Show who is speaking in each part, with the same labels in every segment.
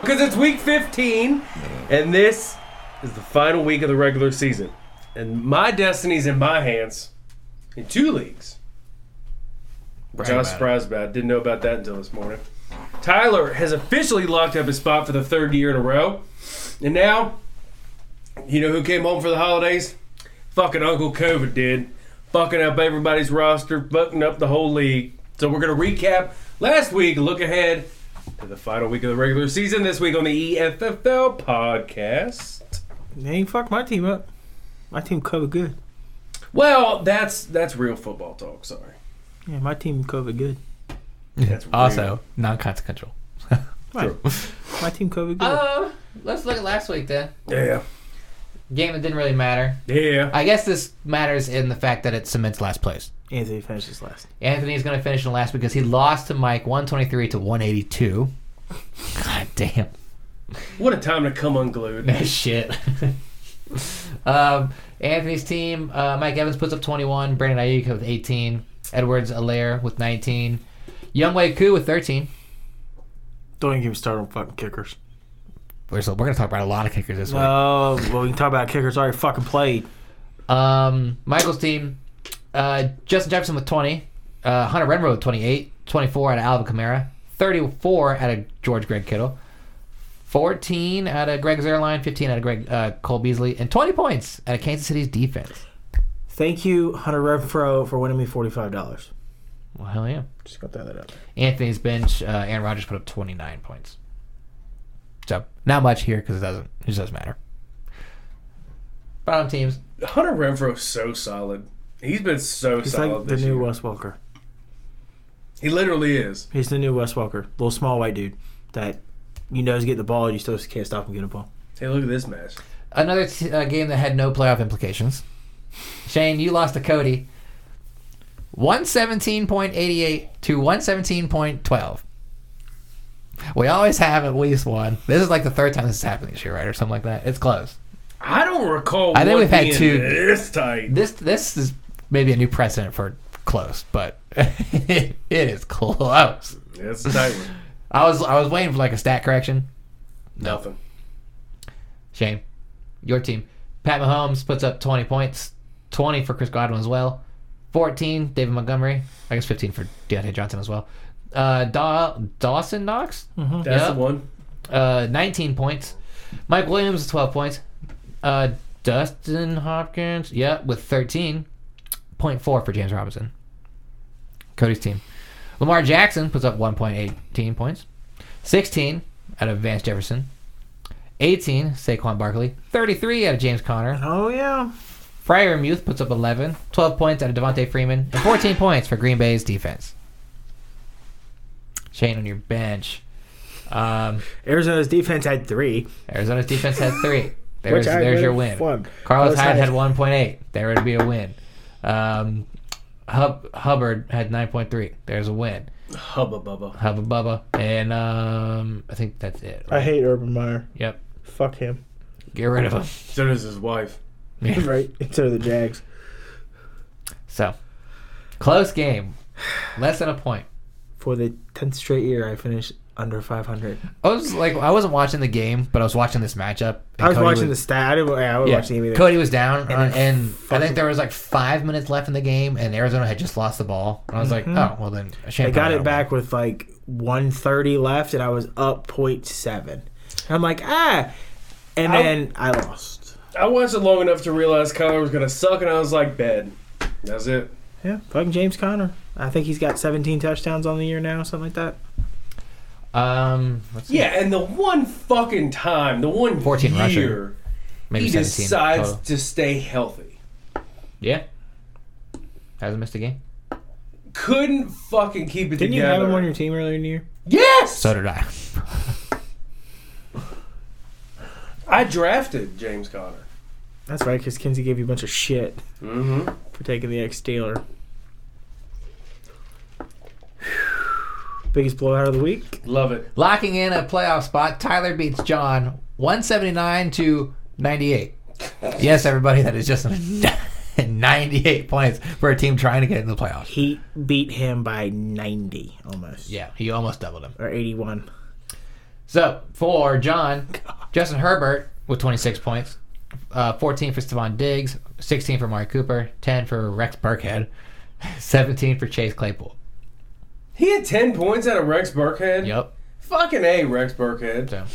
Speaker 1: because it's week 15, and this is the final week of the regular season. And my destiny's in my hands in two leagues, which I was surprised about. Didn't know about that until this morning. Tyler has officially locked up his spot for the third year in a row. And now, you know who came home for the holidays? Fucking Uncle COVID did. Fucking up everybody's roster, fucking up the whole league. So we're going to recap last week, look ahead to the final week of the regular season this week on the E EFFL podcast.
Speaker 2: They ain't fucked my team up. My team covered good.
Speaker 1: Well, that's that's real football talk, sorry.
Speaker 2: Yeah, my team covered good.
Speaker 1: That's
Speaker 3: also non-consequential.
Speaker 2: Right. my team covered good.
Speaker 4: Uh, let's look at last week then.
Speaker 1: Yeah.
Speaker 4: Game that didn't really matter.
Speaker 1: Yeah.
Speaker 4: I guess this matters in the fact that it cements last place.
Speaker 2: Anthony finishes last.
Speaker 4: Anthony's going to finish in last because he lost to Mike 123 to 182. God damn.
Speaker 1: What a time to come unglued.
Speaker 4: Shit. um, Anthony's team, uh, Mike Evans puts up 21, Brandon Ayuk with 18, Edwards Alaire with 19, Young Wei Koo with 13.
Speaker 2: Don't even get me started on fucking kickers.
Speaker 4: We're, so, we're going to talk about a lot of kickers this week.
Speaker 2: Oh, well, we can talk about kickers already fucking played.
Speaker 4: Um, Michael's team, uh, Justin Jefferson with 20, uh, Hunter Renfro with 28, 24 out of Alvin Kamara, 34 out of George Greg Kittle, 14 out of Greg Zerline, 15 out of Greg uh, Cole Beasley, and 20 points out of Kansas City's defense.
Speaker 2: Thank you, Hunter Renfro, for winning me $45.
Speaker 4: Well, hell yeah.
Speaker 2: Just gotta throw that out.
Speaker 4: Anthony's bench, uh, Aaron Rodgers put up 29 points. So, not much here because it doesn't, it just doesn't matter. Bottom teams.
Speaker 1: Hunter Renfro's so solid. He's been so
Speaker 2: He's
Speaker 1: solid
Speaker 2: like the
Speaker 1: this
Speaker 2: new
Speaker 1: year.
Speaker 2: Wes Walker.
Speaker 1: He literally is.
Speaker 2: He's the new Wes Walker. Little small white dude that you know is getting the ball and you still can't stop him getting the ball.
Speaker 1: Hey, look at this match.
Speaker 4: Another t- uh, game that had no playoff implications. Shane, you lost to Cody. 117.88 to 117.12. We always have at least one. This is like the third time this has happened this year, right? Or something like that. It's close.
Speaker 1: I don't recall.
Speaker 4: I think
Speaker 1: one
Speaker 4: we've had
Speaker 1: being
Speaker 4: two-
Speaker 1: this tight.
Speaker 4: This this is maybe a new precedent for close, but it is close.
Speaker 1: That's a tight one.
Speaker 4: I was I was waiting for like a stat correction.
Speaker 1: Nothing.
Speaker 4: Shane, your team. Pat Mahomes puts up 20 points, 20 for Chris Godwin as well, 14 David Montgomery, I guess 15 for Deontay Johnson as well. Uh, Daw- Dawson Knox,
Speaker 1: That's
Speaker 4: Yeah.
Speaker 1: the one.
Speaker 4: uh, 19 points. Mike Williams, 12 points. Uh, Dustin Hopkins, yeah, with 13.4 for James Robinson. Cody's team. Lamar Jackson puts up 1.18 points. 16 out of Vance Jefferson. 18, Saquon Barkley. 33 out of James Conner.
Speaker 2: Oh, yeah.
Speaker 4: Fryer Muth puts up 11. 12 points out of Devontae Freeman. And 14 points for Green Bay's defense. Shane on your bench. Um,
Speaker 2: Arizona's defense had three.
Speaker 4: Arizona's defense had three. There's,
Speaker 2: I
Speaker 4: there's your win.
Speaker 2: would've won.
Speaker 4: Carlos
Speaker 2: Carlos
Speaker 4: Hyde had
Speaker 2: Hyde.
Speaker 4: 1.8. There would be a win. Um, Hub, Hubbard had 9.3. There's a win.
Speaker 1: Hubba bubba.
Speaker 4: Hubba Bubba. And um, I think that's it.
Speaker 2: I hate Urban Meyer.
Speaker 4: Yep.
Speaker 2: Fuck him.
Speaker 4: Get rid of him.
Speaker 1: So does his wife.
Speaker 2: Right? Instead of the Jags.
Speaker 4: So, close game. Less than a point.
Speaker 2: For the 10th straight year, I finished under 500.
Speaker 4: I was like, I wasn't watching the game, but I was watching this matchup. and
Speaker 2: I was
Speaker 4: Cody
Speaker 2: watching the stat. I didn't, I wasn't
Speaker 4: Yeah,
Speaker 2: watching anything.
Speaker 4: Cody was down, and,
Speaker 2: then
Speaker 4: and I think there was like five minutes left in the game, and Arizona had just lost the ball. And I was like, oh, well then.
Speaker 2: I Mm-hmm. got it back with like 130 left, and I was up 0.7. I'm like, ah. And
Speaker 1: I-
Speaker 2: then I lost.
Speaker 1: I watched it long enough to realize Kyler was gonna suck, and I was like, bed. That's it.
Speaker 2: Yeah, fucking James Conner. I think he's got 17 touchdowns on the year now, something like that.
Speaker 4: Um, let's see.
Speaker 1: Yeah, and the one fucking time, the one
Speaker 4: 14
Speaker 1: year,
Speaker 4: rusher. maybe
Speaker 1: he
Speaker 4: 17
Speaker 1: decides
Speaker 4: total.
Speaker 1: to stay healthy.
Speaker 4: Yeah, hasn't missed a game.
Speaker 1: Couldn't fucking keep it
Speaker 2: Didn't you
Speaker 1: together.
Speaker 2: have him on your team earlier in the year?
Speaker 1: yes,
Speaker 4: So did I.
Speaker 1: I drafted James Conner.
Speaker 2: That's right, because Kinsey gave you a bunch of shit
Speaker 1: Mm-hmm.
Speaker 2: for taking the ex Steeler. Biggest blowout of the week.
Speaker 1: Love it.
Speaker 4: Locking in a playoff spot, Tyler beats John 179 to 98. Yes, everybody, that is just 98 points for a team trying to get into the playoffs.
Speaker 2: He beat him by 90 almost.
Speaker 4: Yeah, he almost doubled him.
Speaker 2: Or 81.
Speaker 4: So for John, Justin Herbert with 26 points, uh, 14 for Stephon Diggs, 16 for Mari Cooper, 10 for Rex Burkhead, 17 for Chase Claypool.
Speaker 1: He had 10 points out of Rex Burkhead.
Speaker 4: Yep.
Speaker 1: Fucking A, Rex Burkhead.
Speaker 4: So,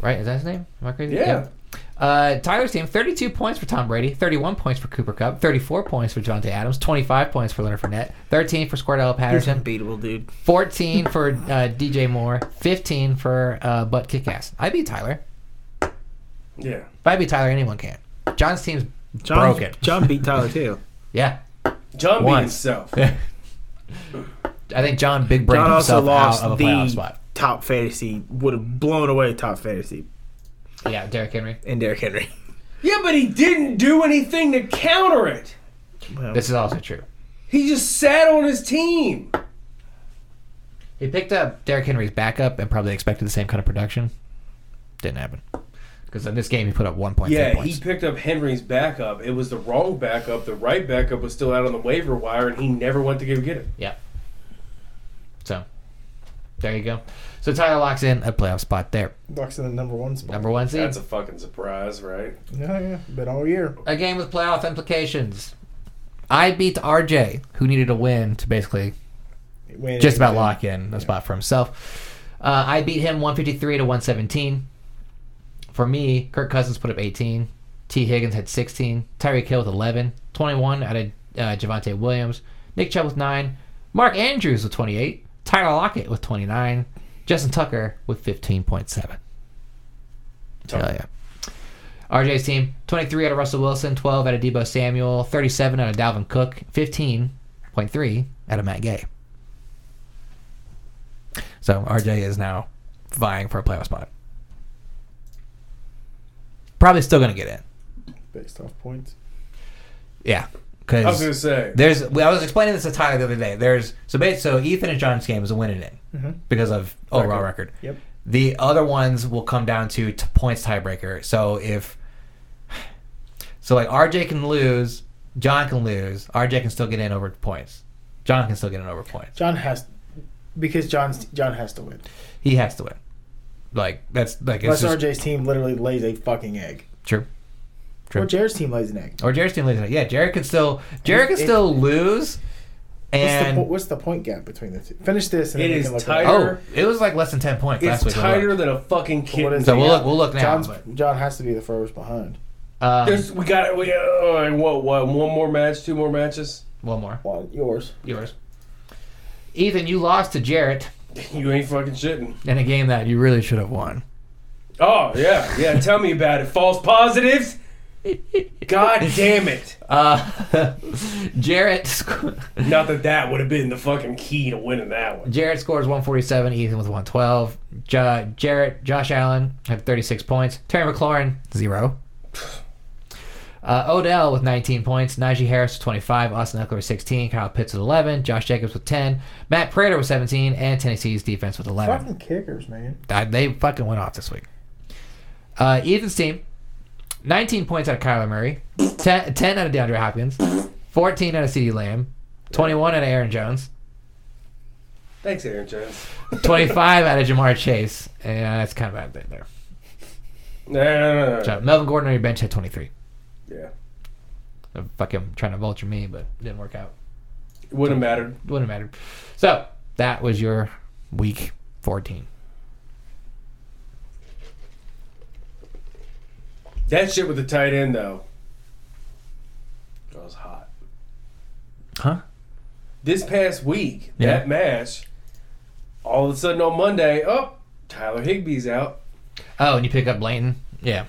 Speaker 4: right? Is that his name? Am I crazy?
Speaker 1: Yeah.
Speaker 4: Yep. Uh, Tyler's team: 32 points for Tom Brady, 31 points for Cooper Cup, 34 points for Jonte Adams, 25 points for Leonard Fournette, 13 for Squirtell
Speaker 2: He's
Speaker 4: Patterson,
Speaker 2: unbeatable, dude.
Speaker 4: 14 for uh, DJ Moore, 15 for uh, Butt Kickass. I beat Tyler.
Speaker 1: Yeah.
Speaker 4: If I beat Tyler, anyone can. John's team's
Speaker 2: John,
Speaker 4: broken.
Speaker 2: John beat Tyler too.
Speaker 4: Yeah.
Speaker 1: John beat
Speaker 4: One.
Speaker 1: himself.
Speaker 4: I think John big brain
Speaker 2: John also
Speaker 4: himself
Speaker 2: lost
Speaker 4: out of a playoff
Speaker 2: the
Speaker 4: spot.
Speaker 2: top fantasy. Would have blown away top fantasy
Speaker 4: Yeah, Derrick Henry.
Speaker 2: and Derrick Henry.
Speaker 1: Yeah, but he didn't do anything to counter it.
Speaker 2: Well,
Speaker 4: This is also true.
Speaker 1: He just sat on his team.
Speaker 4: He picked up Derrick Henry's backup and probably expected the same kind of production. Didn't happen. Because in this game, he put up 1.3
Speaker 1: Yeah,
Speaker 4: points.
Speaker 1: he picked up Henry's backup. It was the wrong backup. The right backup was still out on the waiver wire, and he never went to go get it.
Speaker 4: Yeah. So, there you go. So Tyler locks in a playoff spot there.
Speaker 5: Bucks in the number one spot.
Speaker 4: Number one seed.
Speaker 1: That's a fucking surprise, right?
Speaker 5: yeah, yeah. Been all year.
Speaker 4: a game with playoff implications. I beat RJ, who needed a win to basically
Speaker 5: Win
Speaker 4: just about lock in a spot for himself. Uh, I beat him 153 to 117. For me, Kirk Cousins put up 18. T. Higgins had 16. Tyreek Hill with 11. 21 out of uh, Javante Williams. Nick Chubb with 9. Mark Andrews with 28. Tyler Lockett with 29. Justin Tucker with 15.7. Hell yeah. RJ's team 23 out of Russell Wilson, 12 out of Debo Samuel, 37 out of Dalvin Cook, 15.3 out of Matt Gay. So RJ is now vying for a playoff spot. Probably still going to get in.
Speaker 5: Based off points.
Speaker 1: I
Speaker 4: Yeah.
Speaker 1: was gonna
Speaker 4: Because
Speaker 1: say.
Speaker 4: there's, well, I was explaining this to Tyler the other day. There's, so ba- so Ethan and John's game is a win and in
Speaker 1: Mm-hmm.
Speaker 5: Mhm.
Speaker 4: because of overall record.
Speaker 5: Yep.
Speaker 4: The other ones will come down to t- points tiebreaker. So if so, like RJ can lose, John can lose. RJ can still get in over points. John can still get in over points.
Speaker 5: John has because John's John has to win.
Speaker 4: He has to win. Like that's like it's
Speaker 5: Unless
Speaker 4: just
Speaker 5: RJ's team literally lays a fucking egg.
Speaker 4: true. True.
Speaker 5: Or Jared's team lays an egg.
Speaker 4: Or Jared's team loses. Yeah, Jared can still Jared can
Speaker 5: It-
Speaker 4: still lose.
Speaker 5: What's the,
Speaker 4: And
Speaker 5: po- what's the point gap between the two? Finish this and
Speaker 1: It
Speaker 5: then we
Speaker 1: is
Speaker 5: can look
Speaker 1: tight-
Speaker 5: at
Speaker 4: oh, it was like less than ten points
Speaker 1: It's
Speaker 4: last week. when we
Speaker 1: tighter
Speaker 4: looked.
Speaker 1: than a fucking
Speaker 5: it. What
Speaker 1: kitten.
Speaker 5: is
Speaker 4: So
Speaker 5: the
Speaker 4: we'll
Speaker 5: gap?
Speaker 4: look. We'll look now.
Speaker 5: John's,
Speaker 4: but,
Speaker 5: John has to be the furthest behind.
Speaker 4: um,
Speaker 1: There's, we got we uh, what what one more match, two more matches.
Speaker 4: one more.
Speaker 5: Well, yours.
Speaker 4: Yours. Ethan, you lost to Jarrett
Speaker 1: You ain't fucking shitting.
Speaker 4: in a game that you really should have won.
Speaker 1: Oh yeah, yeah. Tell me about it. False positives. God damn it!
Speaker 4: Uh, Jarrett, sc-
Speaker 1: Not that that would have been the fucking key to winning that one.
Speaker 4: Jarrett scores 147, Ethan with 112. Jo- Jarrett, Josh Allen had 36 points. Terry McLaurin, zero. Uh, Odell with 19 points. Najee Harris with 25. Austin Eckler with 16. Kyle Pitts with 11. Josh Jacobs with 10. Matt Prater with 17. And Tennessee's defense with 11.
Speaker 5: Fucking kickers, man.
Speaker 4: Uh, they fucking went off this week. Uh, Ethan's team, 19 points out of Kyler Murray, 10, 10 out of DeAndre Hopkins, 14 out of CeeDee Lamb, 21 out of Aaron Jones,
Speaker 1: Thanks, Aaron Jones.
Speaker 4: 25 out of Jamar Chase. Yeah, that's kind of out there. there.
Speaker 1: No, no, no, no,
Speaker 4: So Melvin Gordon on your bench had 23.
Speaker 1: Yeah,
Speaker 4: I'm fucking trying to vulture me, but it didn't work out.
Speaker 1: it wouldn't have mattered.
Speaker 4: Wouldn't have mattered. So that was your week 14.
Speaker 1: That shit with the tight end though. That was hot.
Speaker 4: Huh?
Speaker 1: This past week,
Speaker 4: Yeah.
Speaker 1: that match, all of a sudden on Monday, oh, Tyler Higby's out.
Speaker 4: Oh, and you pick up Blanton. Yeah.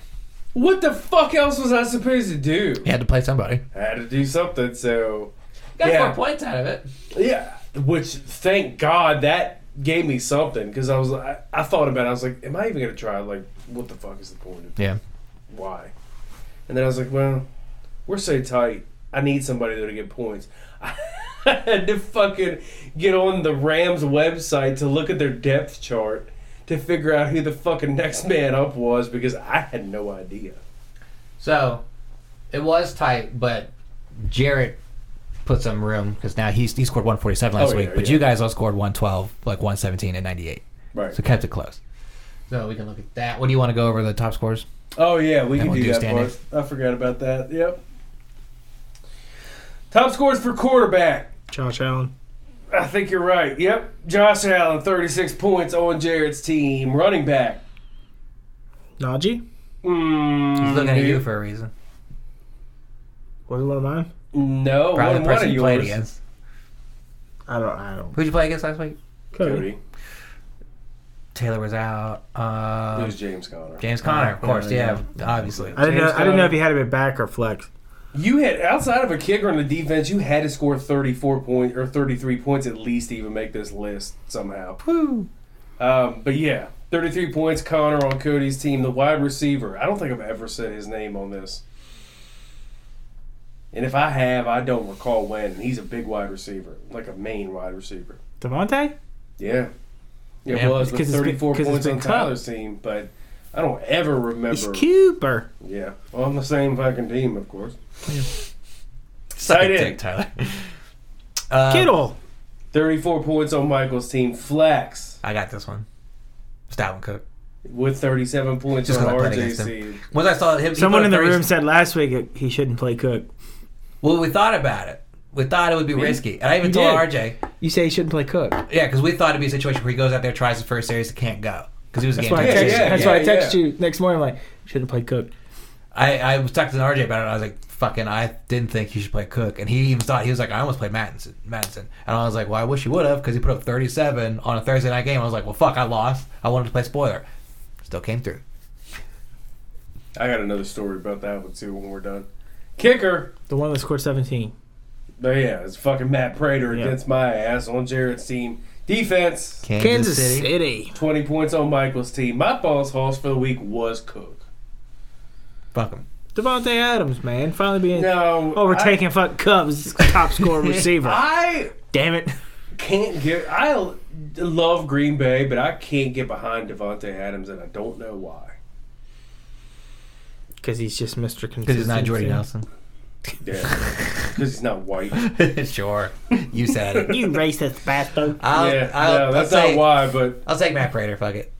Speaker 1: What the fuck else was I supposed to do?
Speaker 4: You had to play somebody.
Speaker 1: I had to do something, so
Speaker 4: Got
Speaker 1: Yeah.
Speaker 4: four points out of it.
Speaker 1: yeah. Which thank God that gave me something because I was I, I thought about it. I was like, am I even gonna try? Like, what the fuck is the point of
Speaker 4: Yeah.
Speaker 1: why? And then I was like, well, we're so tight. I need somebody there to get points. I had to fucking get on the Rams website to look at their depth chart to figure out who the fucking next man up was because I had no idea.
Speaker 4: So it was tight, but Jarrett put some room because now he's he scored 147 last
Speaker 1: Oh, yeah,
Speaker 4: week, but
Speaker 1: yeah.
Speaker 4: you guys all scored 112, like 117 and 98.
Speaker 1: Right.
Speaker 4: So kept it close. So we can look at that. What do you want to go over the top scores?
Speaker 1: Oh yeah, we
Speaker 4: Then
Speaker 1: can
Speaker 4: we'll
Speaker 1: do
Speaker 4: do
Speaker 1: that
Speaker 4: standing.
Speaker 1: boys. I forgot about that. Yep. Top scores for quarterback.
Speaker 2: Josh Allen.
Speaker 1: I think you're right. Yep. Josh Allen, 36 points on Jared's team. Running back.
Speaker 2: Najee?
Speaker 1: Mm,
Speaker 4: He's looking at
Speaker 1: no.
Speaker 4: you for a reason.
Speaker 2: Was it one of mine?
Speaker 1: No,
Speaker 4: Probably
Speaker 1: one,
Speaker 4: the
Speaker 1: one of
Speaker 4: person you played
Speaker 1: yours.
Speaker 4: against.
Speaker 2: I don't. I don't.
Speaker 4: Who'd you play against last week?
Speaker 1: Cody.
Speaker 4: Taylor was out.
Speaker 1: it
Speaker 2: Um,
Speaker 4: Uh,
Speaker 1: was James Conner.
Speaker 4: James Conner, of course.
Speaker 2: yeah,
Speaker 4: Yeah, obviously.
Speaker 2: I didn't know.
Speaker 1: James
Speaker 2: I didn't know
Speaker 1: Conner.
Speaker 2: if he had him at back or flex.
Speaker 1: You had outside of a kicker and a defense, you had to score 34 points or 33 points at least to even make this list somehow.
Speaker 4: Woo.
Speaker 1: Um, but yeah, 33 points Connor on Cody's team. The wide receiver. I don't think I've ever said his name on this. And if I have, I don't recall when. And he's a big wide receiver, like a main wide receiver.
Speaker 2: Devontae?
Speaker 1: Yeah. It
Speaker 4: Yeah,
Speaker 1: was with
Speaker 2: because it's been-
Speaker 1: 34
Speaker 2: because it's
Speaker 1: points
Speaker 2: been
Speaker 1: on
Speaker 2: cut.
Speaker 1: Tyler's team, but I don't ever
Speaker 2: It's
Speaker 1: remember.
Speaker 2: Cooper.
Speaker 1: Yeah. On the same fucking team, of course.
Speaker 4: Suck a
Speaker 1: Tight
Speaker 4: dick,
Speaker 1: end.
Speaker 4: Tyler. Uh,
Speaker 2: Kittle.
Speaker 1: 34 points on Michael's team. Flax
Speaker 4: I got this one. It's Dalvin Cook.
Speaker 1: with 37 points
Speaker 4: Just
Speaker 1: on
Speaker 4: gonna play against
Speaker 1: RJC.
Speaker 4: Once I saw him, he
Speaker 2: Someone
Speaker 4: put
Speaker 2: in the
Speaker 4: up 30
Speaker 2: room said last week it- he shouldn't play Cook.
Speaker 4: Well, we thought about it. We thought it would be risky, and I even
Speaker 2: You
Speaker 4: told
Speaker 2: did.
Speaker 4: RJ,
Speaker 2: You say he shouldn't play Cook.
Speaker 4: yeah, because we thought it'd be a situation where he goes out there, tries the first series, and can't go because he was a
Speaker 2: That's
Speaker 4: game.
Speaker 2: why I
Speaker 1: Yeah,
Speaker 4: changer.
Speaker 2: text,
Speaker 1: yeah,
Speaker 2: that's
Speaker 1: yeah,
Speaker 2: why I text
Speaker 1: yeah.
Speaker 2: you next morning. I'm like, shouldn't play Cook.
Speaker 4: I, I was talking to RJ about it. And I was like, "Fucking, I didn't think you should play Cook," and he even thought he was like, "I almost played Mattinson." Mattinson, and I was like, "Well, I wish you would have," because he put up 37 on a Thursday night game. I was like, "Well, fuck, I lost. I wanted to play spoiler, still came through."
Speaker 1: I got another story about that one, too, when we're done. Kicker.
Speaker 2: The one that scored 17.
Speaker 1: But yeah, it's fucking Matt Prater
Speaker 2: Yeah.
Speaker 1: against my ass on Jared's team. Defense,
Speaker 2: Kansas
Speaker 4: Kansas, City.
Speaker 2: City.
Speaker 1: 20 points on Michael's team. My balls hoss for the week was Cook.
Speaker 4: fuck him.
Speaker 2: Devontae Adams, man, finally being
Speaker 1: No.
Speaker 4: Oh,
Speaker 2: overtaken. fuck Cubs top scorer receiver.
Speaker 1: I,
Speaker 2: Damn it.
Speaker 1: I can't get. I l- love Green Bay, but I can't get behind Devontae Adams, and I don't know why.
Speaker 2: Because he's just Mr. Consistency.
Speaker 4: Because he's not Jordy Nelson.
Speaker 1: Yeah. Because he's not white.
Speaker 4: sure, you said it.
Speaker 2: You racist bastard.
Speaker 4: I'll,
Speaker 1: yeah.
Speaker 4: I'll,
Speaker 1: no,
Speaker 4: I'll
Speaker 1: that's
Speaker 4: say,
Speaker 1: not why, but
Speaker 4: I'll take Matt Prater. Fuck it.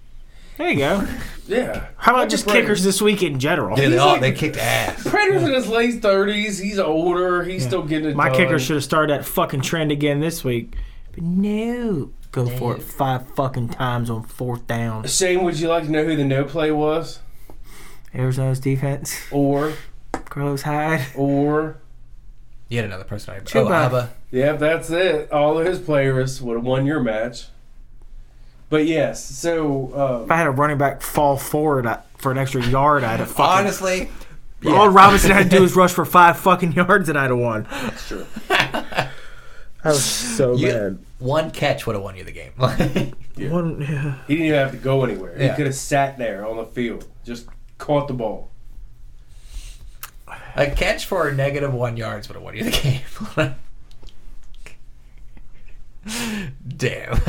Speaker 2: There you go.
Speaker 1: yeah.
Speaker 2: How about
Speaker 1: Matt
Speaker 2: just
Speaker 1: Prater.
Speaker 2: kickers this week in general?
Speaker 4: Dude, they
Speaker 1: He's
Speaker 4: all
Speaker 1: like-
Speaker 4: they kicked ass.
Speaker 1: Prater's in his late 30s. He's older. He's still getting it
Speaker 2: My
Speaker 1: done.
Speaker 2: kicker should have started that fucking trend again this week. But no. Go for it five fucking times on fourth down.
Speaker 1: Shane, would you like to know who the no play was?
Speaker 2: Arizona's defense.
Speaker 1: Or,
Speaker 2: Carlos Hyde.
Speaker 1: or,
Speaker 4: Yet another person. I, oh,
Speaker 2: Chuba.
Speaker 4: Abba.
Speaker 1: Yep, that's it. All of his players would have won your match. But yes, so um,
Speaker 2: If I had a running back fall forward uh, for an extra yard, I'd have fucking.
Speaker 4: Honestly, yeah.
Speaker 2: All Robinson had to do was rush for five fucking yards, and I'd have won.
Speaker 1: um, sure.
Speaker 2: I was so
Speaker 4: You-
Speaker 2: mad.
Speaker 4: one catch would have won you the game.
Speaker 1: Yeah.
Speaker 2: One, yeah.
Speaker 1: he didn't even have to go anywhere. He
Speaker 4: Yeah.
Speaker 1: could have sat there on the field, just caught the ball.
Speaker 4: a catch for a negative one yards would have won you the game. Damn,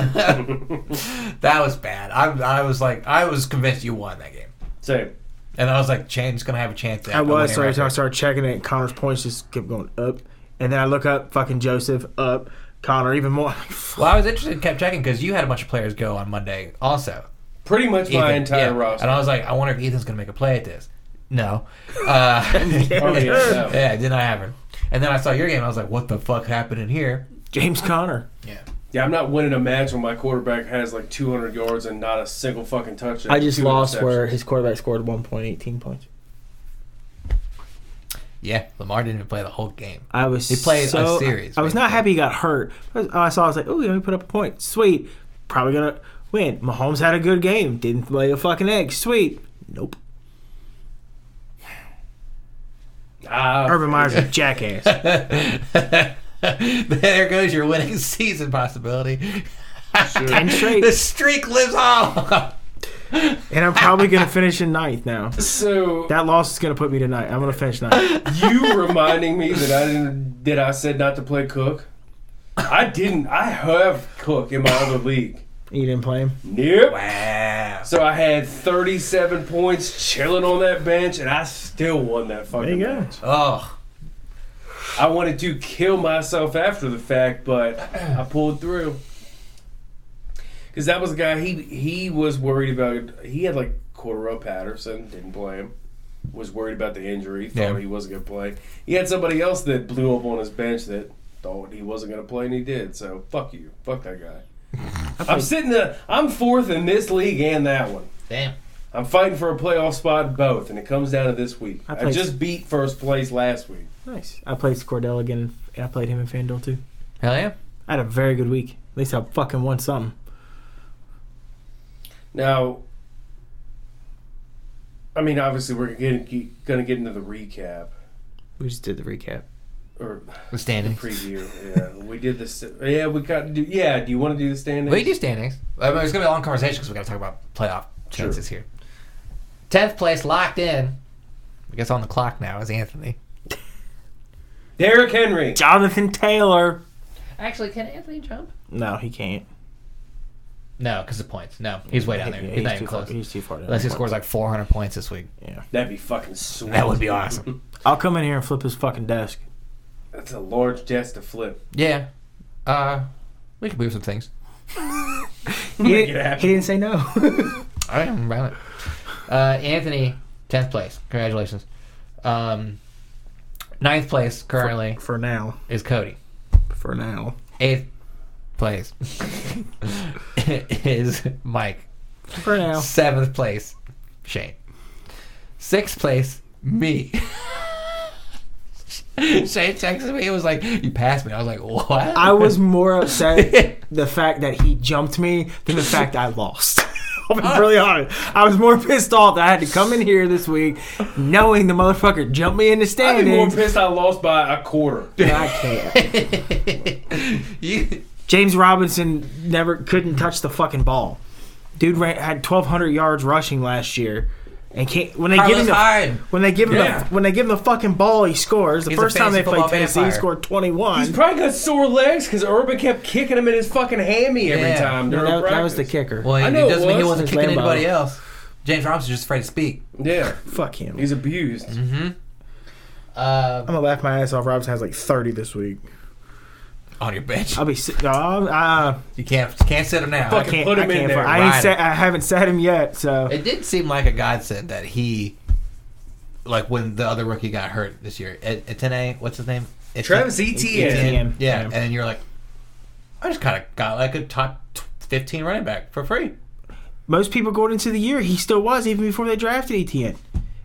Speaker 4: that was bad. I, I was like, I was convinced you won that game,
Speaker 1: So
Speaker 4: and I was like, Shane's gonna have a chance. at
Speaker 2: I
Speaker 4: a winning
Speaker 2: was sorry. So I
Speaker 4: record.
Speaker 2: started checking it. Connor's points just kept going up, and then I look up fucking Joseph up, Connor even more.
Speaker 4: Well, I was interested, and kept checking because you had a bunch of players go on Monday also.
Speaker 1: pretty much my
Speaker 4: Ethan,
Speaker 1: entire
Speaker 4: yeah.
Speaker 1: roster.
Speaker 4: And I was like, I wonder if Ethan's gonna make a play at this. No. Uh,
Speaker 1: Oh, yeah, no.
Speaker 4: yeah, it did not happen. And then I saw your game. I was like, what the fuck happened in here?
Speaker 2: James Connor.
Speaker 4: Yeah.
Speaker 1: yeah, I'm not winning a match when my quarterback has like 200 yards and not a single fucking touchdown.
Speaker 2: I just
Speaker 1: two
Speaker 2: lost
Speaker 1: interceptions.
Speaker 2: where his quarterback scored one point eighteen points.
Speaker 4: Yeah, Lamar didn't even play the whole game.
Speaker 2: I was
Speaker 4: He played a
Speaker 2: so-
Speaker 4: series,
Speaker 2: I was not
Speaker 4: basically.
Speaker 2: happy he got hurt. I, was, I saw. I was like, oh, he only put up a point. Sweet, probably gonna win. Mahomes had a good game. Didn't lay a fucking egg. Sweet. Nope.
Speaker 1: Ah,
Speaker 2: Urban Meyer's a jackass.
Speaker 4: there goes your winning season possibility.
Speaker 2: Ten straight.
Speaker 4: the streak lives on.
Speaker 2: And I'm probably gonna finish in ninth now.
Speaker 1: so
Speaker 2: That loss is gonna put me to ninth. I'm gonna finish ninth.
Speaker 1: you reminding me that I didn't that I said not to play Cook. I didn't. I have Cook in my other league.
Speaker 2: You didn't play him.
Speaker 1: Nope.
Speaker 4: wow.
Speaker 1: So I had 37 points chilling on that bench, and I still won that fucking
Speaker 2: There you go.
Speaker 1: match.
Speaker 4: Oh,
Speaker 1: I wanted to kill myself after the fact, but I pulled through. because that was the guy he he was worried about. He had like Cordero Patterson, didn't play him. Was worried about the injury. Thought
Speaker 3: Yeah.
Speaker 1: he wasn't going to play. He had somebody else that blew up on his bench that thought he wasn't going to play, and he did. So fuck you, fuck that guy. I'm sitting there. I'm fourth in this league and that one.
Speaker 4: Damn.
Speaker 1: I'm fighting for a playoff spot in both, and it comes down to this week.
Speaker 2: I
Speaker 1: I,
Speaker 2: played-
Speaker 1: just beat first place last week.
Speaker 2: Nice. I played Cordell again. and I played him in FanDuel too.
Speaker 4: Hell yeah.
Speaker 2: I had a very good week. At least I fucking won something.
Speaker 1: Now, I mean, obviously, we're going to get into the recap
Speaker 2: We just did the recap.
Speaker 1: or
Speaker 4: The standings.
Speaker 1: preview. yeah, we did this. Yeah, we got. Do, yeah, do you want to do the standings?
Speaker 4: We do standings. I mean, it's gonna be a long conversation because we gotta talk about playoff
Speaker 1: Sure.
Speaker 4: chances here. Tenth place locked in. I guess on the clock now is Anthony.
Speaker 1: Derrick Henry.
Speaker 2: Jonathan Taylor.
Speaker 4: Actually, can Anthony jump?
Speaker 2: No, he can't.
Speaker 4: No, because of points. No, he's way down there.
Speaker 2: Yeah,
Speaker 4: He's not even
Speaker 2: too
Speaker 4: close.
Speaker 2: Far, he's too far down.
Speaker 4: Unless he scores like 400 points this week.
Speaker 2: Yeah.
Speaker 1: That'd be fucking sweet.
Speaker 4: That would be awesome.
Speaker 2: I'll come in here and flip his fucking desk.
Speaker 1: That's a large desk to flip.
Speaker 4: Yeah. Uh, we can move some things.
Speaker 2: He,
Speaker 1: Make it happen.
Speaker 2: he didn't say no.
Speaker 4: All right, I'm around it. Uh, Anthony, 10th place. Congratulations. Um, ninth place currently
Speaker 2: for now.
Speaker 4: is Cody.
Speaker 2: For now.
Speaker 4: Eighth place is Mike.
Speaker 2: For now.
Speaker 4: Seventh place, Shane. Sixth place, me. Shane texted me. It was like, you passed me. I was like, what?
Speaker 2: I was more upset the fact that he jumped me than the fact I lost. I'll be really honest. I was more pissed off that I had to come in here this week knowing the motherfucker jumped me in the
Speaker 1: I'd be more
Speaker 2: standings.
Speaker 1: pissed I lost by a quarter.
Speaker 2: I can't.
Speaker 4: you,
Speaker 2: James Robinson never couldn't touch the fucking ball. Dude ran, had 1,200 yards rushing last year. And can't, when they give him
Speaker 4: Carlos
Speaker 2: the
Speaker 4: Hyde.
Speaker 2: when they give him
Speaker 1: Yeah.
Speaker 2: the, when they give him the fucking ball, he scores. The
Speaker 4: He's a
Speaker 2: first time
Speaker 4: fantasy
Speaker 2: they played
Speaker 4: football
Speaker 2: Tennessee, he
Speaker 4: vampire.
Speaker 2: scored 21.
Speaker 1: He's probably got sore legs because Urban kept kicking him in his fucking hammy every
Speaker 4: Yeah.
Speaker 1: time
Speaker 2: No,
Speaker 1: during
Speaker 2: that, that
Speaker 1: practice.
Speaker 2: was the kicker.
Speaker 4: Well,
Speaker 1: I
Speaker 4: it
Speaker 1: know it
Speaker 4: doesn't mean he
Speaker 1: was.
Speaker 4: wasn't
Speaker 2: It's
Speaker 4: kicking
Speaker 2: Lambo.
Speaker 4: anybody else. James Robinson's just afraid to speak.
Speaker 1: Yeah,
Speaker 2: Fuck him.
Speaker 1: he's abused.
Speaker 4: Uh,
Speaker 2: I'm gonna laugh my ass off. Robinson has like 30 this week.
Speaker 4: on your bench.
Speaker 2: I'll be. si- No, I'm- uh,
Speaker 4: You can't can't sit him now.
Speaker 2: I
Speaker 1: Fuck.
Speaker 2: can't.
Speaker 1: Put him
Speaker 2: I can't.
Speaker 1: in there.
Speaker 2: I, ain't
Speaker 4: Ride
Speaker 2: sat,
Speaker 4: him.
Speaker 2: I haven't sat him yet. So
Speaker 4: It did seem like a godsend that he, like when the other rookie got hurt this year, at Etene, what's his name? Etienne-
Speaker 1: Travis Etienne.
Speaker 2: Etienne.
Speaker 4: Yeah,
Speaker 2: Yeah.
Speaker 4: and then you're like, I just kind of got like a top t- 15 running back for free.
Speaker 2: most people going into the year, he still was even before they drafted ETN.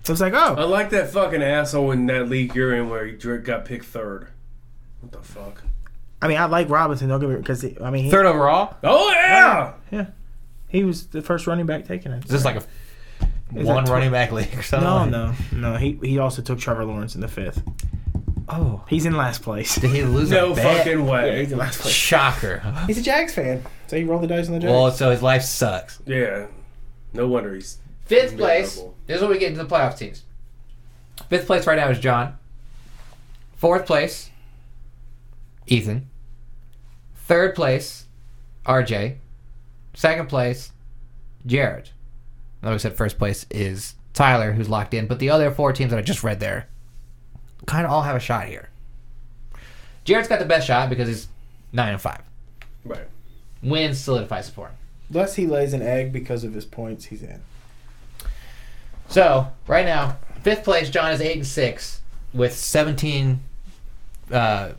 Speaker 2: It was like,
Speaker 1: I
Speaker 2: oh,
Speaker 1: like that fucking asshole in that league you're in where he dr- got picked third. What the fuck?
Speaker 2: I mean, I like Robinson. Don't get me because I mean, he,
Speaker 4: Third overall.
Speaker 1: Oh yeah!
Speaker 2: he was the first running back taken. It.
Speaker 4: Is this like a
Speaker 2: Is
Speaker 4: one
Speaker 2: that tw-
Speaker 4: running back league or something?
Speaker 2: No,
Speaker 4: Like-
Speaker 2: no, no. He he also took Trevor Lawrence in the fifth.
Speaker 4: Oh,
Speaker 2: He's in last place.
Speaker 4: did he lose?
Speaker 1: No
Speaker 4: a bet?
Speaker 1: fucking way.
Speaker 2: He's in last place.
Speaker 4: Shocker.
Speaker 5: He's a Jags fan, so you roll the dice on the Jags.
Speaker 4: Well, so his life sucks.
Speaker 1: Yeah. No wonder he's
Speaker 4: Fifth place.
Speaker 1: Miserable.
Speaker 4: This is what we get into the playoff teams. Fifth place right now is John. Fourth place, Ethan. Third place, RJ. Second place, Jared. Like I said, first place is Tyler, who's locked in. But the other four teams that I just read there kind of all have a shot here. Jared's got the best shot because he's nine and five.
Speaker 1: right.
Speaker 4: Wins solidifies support.
Speaker 5: Unless he lays an egg because of his points, he's in.
Speaker 4: So right now, fifth place, John is eight and six with 17, uh,